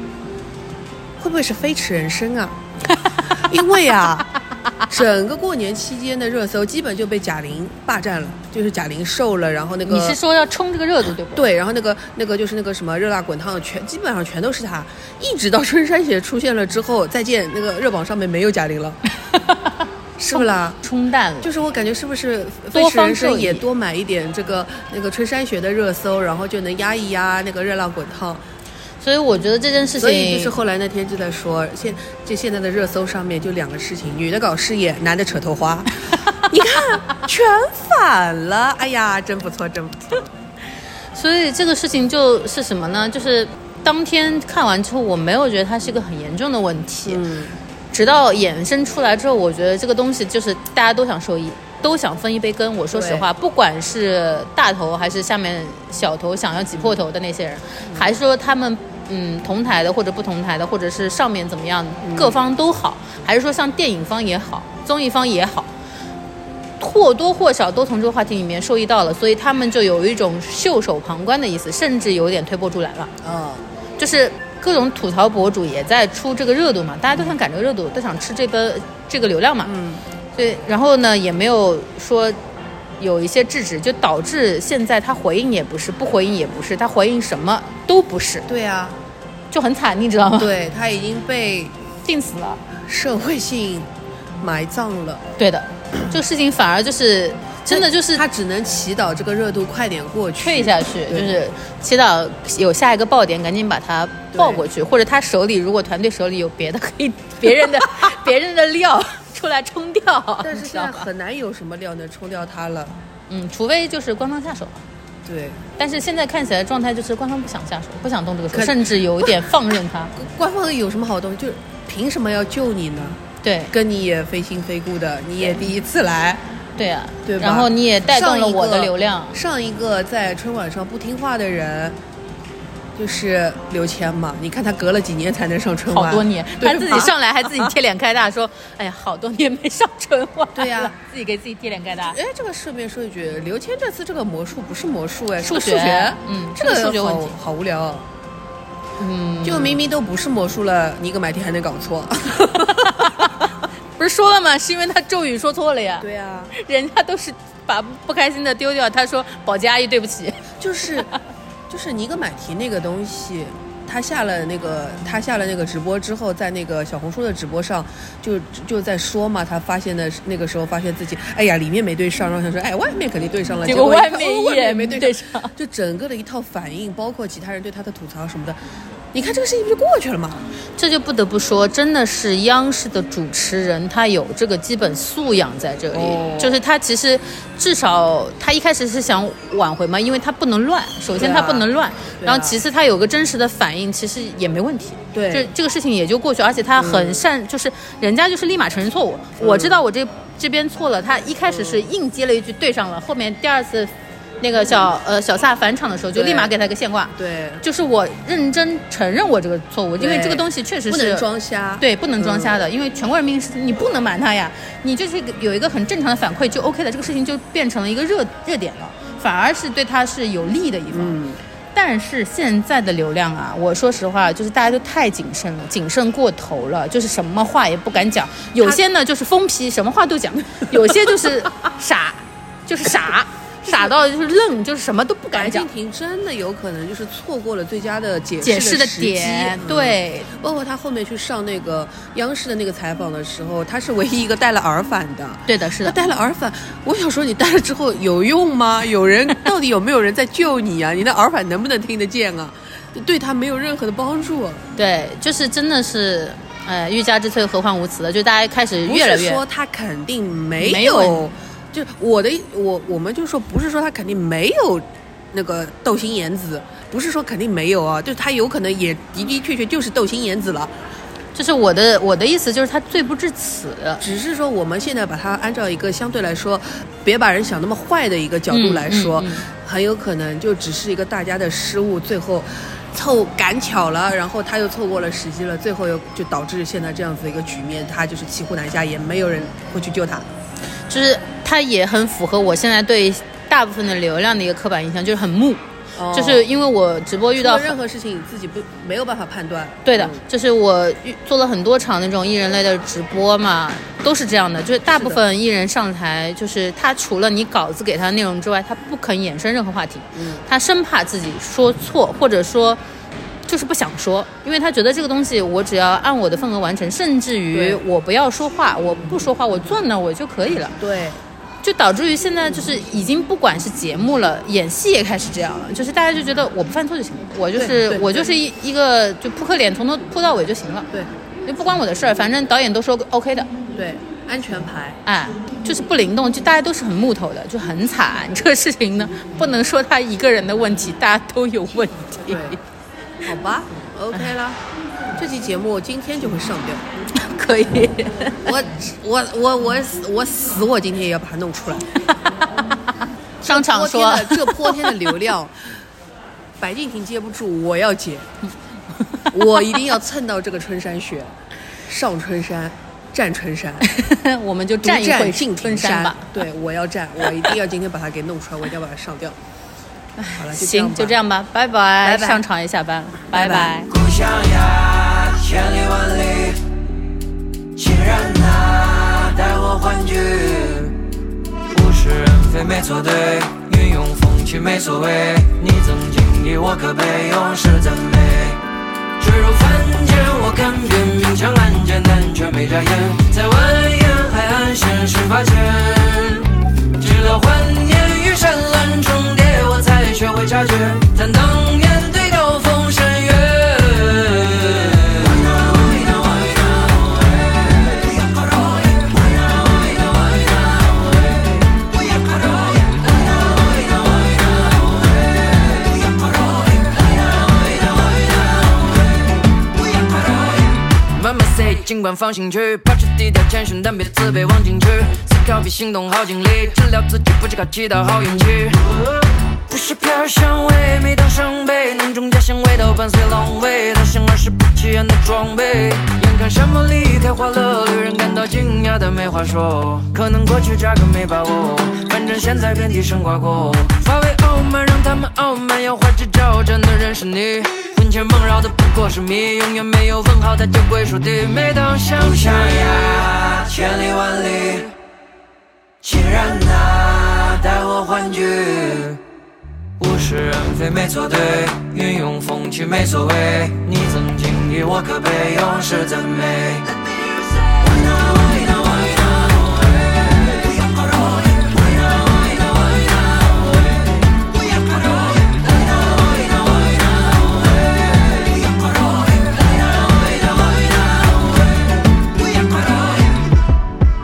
会不会是飞驰人生啊？因为啊，整个过年期间的热搜基本就被贾玲霸占了，就是贾玲瘦了，然后那个你是说要冲这个热度，对不对？对，然后那个那个就是那个什么热辣滚烫，全基本上全都是她，一直到春山雪出现了之后，再见那个热榜上面没有贾 玲了，是不是啦？冲淡了。就是我感觉是不是多飞驰方人受生也益多买一点这个那个春山学的热搜，然后就能压一压那个热浪滚烫。所以我觉得这件事情，所以就是后来那天就在说，现这现在的热搜上面就两个事情，女的搞事业，男的扯头 花。你看，全反了！哎呀，真不错，真不错。所以这个事情就是什么呢？就是当天看完之后，我没有觉得它是一个很严重的问题。嗯，直到衍生出来之后，我觉得这个东西就是大家都想受益，都想分一杯羹。我说实话，不管是大头还是下面小头想要挤破头的那些人，还是说他们嗯同台的或者不同台的，或者是上面怎么样，各方都好，还是说像电影方也好，综艺方也好。或多或少都从这个话题里面受益到了，所以他们就有一种袖手旁观的意思，甚至有点推波助澜了。哦，就是各种吐槽博主也在出这个热度嘛，大家都想赶这个热度，都想吃这波这个流量嘛。嗯，所以然后呢，也没有说有一些制止，就导致现在他回应也不是，不回应也不是，他回应什么都不是，对啊，就很惨，你知道吗？对他已经被定死了。社会性埋葬了，对的，这个事情反而就是 真的就是他只能祈祷这个热度快点过去，退下去，就对是祈祷有下一个爆点，赶紧把它爆过去，或者他手里如果团队手里有别的可以 别人的别人的料出来冲掉，但是你知现道在吗？很难有什么料能冲掉它了。嗯，除非就是官方下手，对，但是现在看起来状态就是官方不想下手，不想动这个手，可甚至有一点放任 他。官方有什么好东西？就是凭什么要救你呢？对跟你也非亲非故的，你也第一次来，对啊，对吧？然后你也带动了上一个我的流量，上一个在春晚上不听话的人，就是刘谦嘛。你看他隔了几年才能上春晚，好多年， 对啊他吧自己上来还自己贴脸开大，说：“ 哎呀，好多年没上春晚了。”对呀自己给自己贴脸开大。哎，这个顺便说一句，刘谦这次这个魔术不是魔术哎，是数个学数学，嗯这是个个数学问好题好无聊哦。嗯，就明明都不是魔术了，你个买天还能搞错？ 不是说了吗？是因为他咒语说错了呀。对啊，人家都是把不开心的丢掉，他说保洁阿姨对不起。就是就是尼格买提那个东西，他下了那个他下了那个直播之后，在那个小红书的直播上就就在说嘛，他发现的是那个时候发现自己，哎呀，里面没对上，然后想说，哎，外面肯定对上了，结结果一外看面哦也外面没没对对上，就整个的一套反应，包括其他人对他的吐槽什么的。你看这个事情不就过去了吗？这就不得不说，真的是央视的主持人，他有这个基本素养在这里。哦就是他其实至少他一开始是想挽回嘛，因为他不能乱，首对先啊他不能乱，对啊然后其次他有个真实的反应，其实也没问题。对嗯这这个事情也就过去，而且他很善，就是人家就是立马承认错误。我知道我这这边错了，他一开始是硬接了一句对上了，后面第二次那个小呃小萨返场的时候，就对立马给他个现挂。对，就是我认真承认我这个错误，因为对这个东西确实是不能装嗯瞎。对，不能装瞎的，因为全国人民是你不能瞒他呀，你就是有一个很正常的反馈就 OK 了，这个事情就变成了一个热热点了，反而是对他是有利的一方。嗯但是现在的流量啊，我说实话，就是大家都太谨慎了，谨慎过头了，就是什么话也不敢讲。有些呢就是疯批，什么 话都讲；有些就是傻，就是傻，傻到就是愣，就是什么都不白敢讲敬。亭真的有可能就是错过了最佳的解解释的的时机点，嗯对，包括他后面去上那个央视的那个采访的时候，他是唯一一个戴了耳返的。对的，是他的。戴了耳返，我想说你戴了之后有用吗？ 有人到底有没有人在救你啊？你的耳返能不能听得见啊？对他没有任何的帮助。啊对，就是真的是，呃，欲加之罪，何患无辞的，就大家开始越来不是越说他肯定没没有，有就是我的我我们就说不是说他肯定没有那个斗心眼子，不是说肯定没有啊，就是他有可能也的的确确就是斗心眼子了，就是我的我的意思就是他罪不至此，只是说我们现在把它按照一个相对来说，别把人想那么坏的一个角度嗯来说，嗯嗯很有可能就只是一个大家的失误，最后凑赶巧了，然后他又错过了时机了，最后又就导致现在这样子一个局面，他就是骑虎难下，也没有人会去救他。就是他也很符合我现在对大部分的流量的一个刻板印象，就是很木，哦哦就是因为我直播遇遇到到很任何事情自己不没有办法判断。对的嗯，就是我遇做了很多场那种艺人类的直播嘛，都是这样的，就是大部分艺人上台，就是他除了你稿子给他的内容之外，他不肯衍生任何话题，嗯他生怕自己说错，或者说就是不想说，因为他觉得这个东西我只要按我的份额完成，甚至于对我不要说话，我不说话，我坐那儿我就可以了。对，就导致于现在就是已经不管是节目了，演戏也开始这样了，就是大家就觉得我不犯错就行了，我就对是对我就是一一个就扑克脸从头扑到尾就行了，对就不关我的事儿，反正导演都说 OK 的，对，安全牌。哎，就是不灵动，就大家都是很木头的，就很惨。这个事情呢，不能说他一个人的问题，大家都有问题对，好吧，OK 了。这期节目今天就会上掉。可以。我我我我死我死我今天也要把它弄 出来。商场啊说泼天的这泼天的流量，白敬亭接不住，我要 接，我一定要蹭到这个春山雪，上春山，战春 山，我们就站一独会占敬亭春山吧。对，我要站，我一定要今天把它给弄出来，我一定要把它上 掉。好了，就这样行，吧就这。样吧，拜拜。拜拜上场也下班了，拜拜拜故乡呀，千里万里，亲人呐，带我欢聚。物是人非没错对，云涌风起没所谓。你曾经的我可被永世赞美。坠入凡间，我看遍明枪暗箭，但却没眨眼，在蜿蜒海岸线时发现。直到幻念与山峦重叠，我才学会察觉，但当年对高峰山岳。慢慢 say，尽管放心去，保持低调谦逊，但别自卑忘进取。思考比行动耗精力，治疗自己不只靠祈祷好运气。不是飘香味，每当伤悲，浓重家乡味道伴随狼狈，他像儿时不起眼的装备。眼看山坡里开花了，旅人感到惊讶的没话说。可能过去扎根没把握，反正现在遍地生瓜果。发为傲慢，让他们傲慢，要怀着挑战的人是你。魂牵梦绕的不过是谜，永远没有问号，它就归属地。每当想想呀，千里万里，亲人啊，带我欢聚。物是人非没错对，云涌风起没所谓。你曾经的我可悲，永世赞美。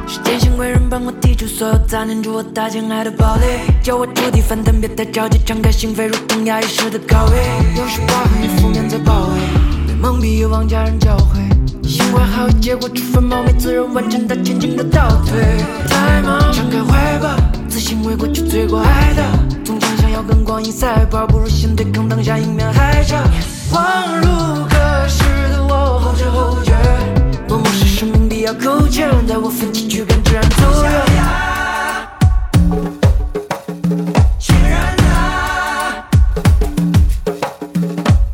是真心贵人帮我剔除所有杂念，助我搭建爱的堡垒，叫我触底反弹，别太着急，敞开心扉，如同压抑时的高位。有时把回忆负面在包围，被蒙蔽欲望家人教诲，心怀好意，结果处分冒昧，自然完成他前进的倒退。太忙，敞开怀抱，自信为过去罪过爱的，总想想要跟光阴赛跑，不如先对抗当下，迎面海潮。恍如隔世的我，后知后觉，多么是生命必要构建，带我奋起去跟自然走远。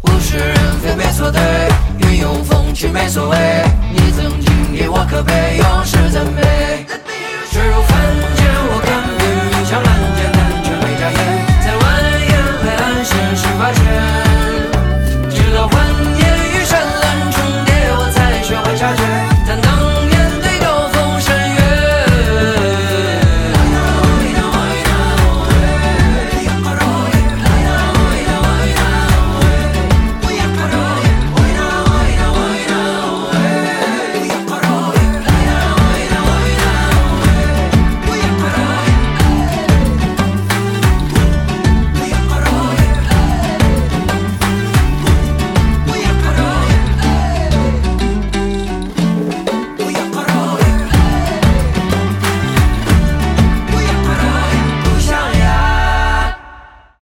物是人非没错对，云涌风趣没所谓。你曾经的我可悲，永世赞美。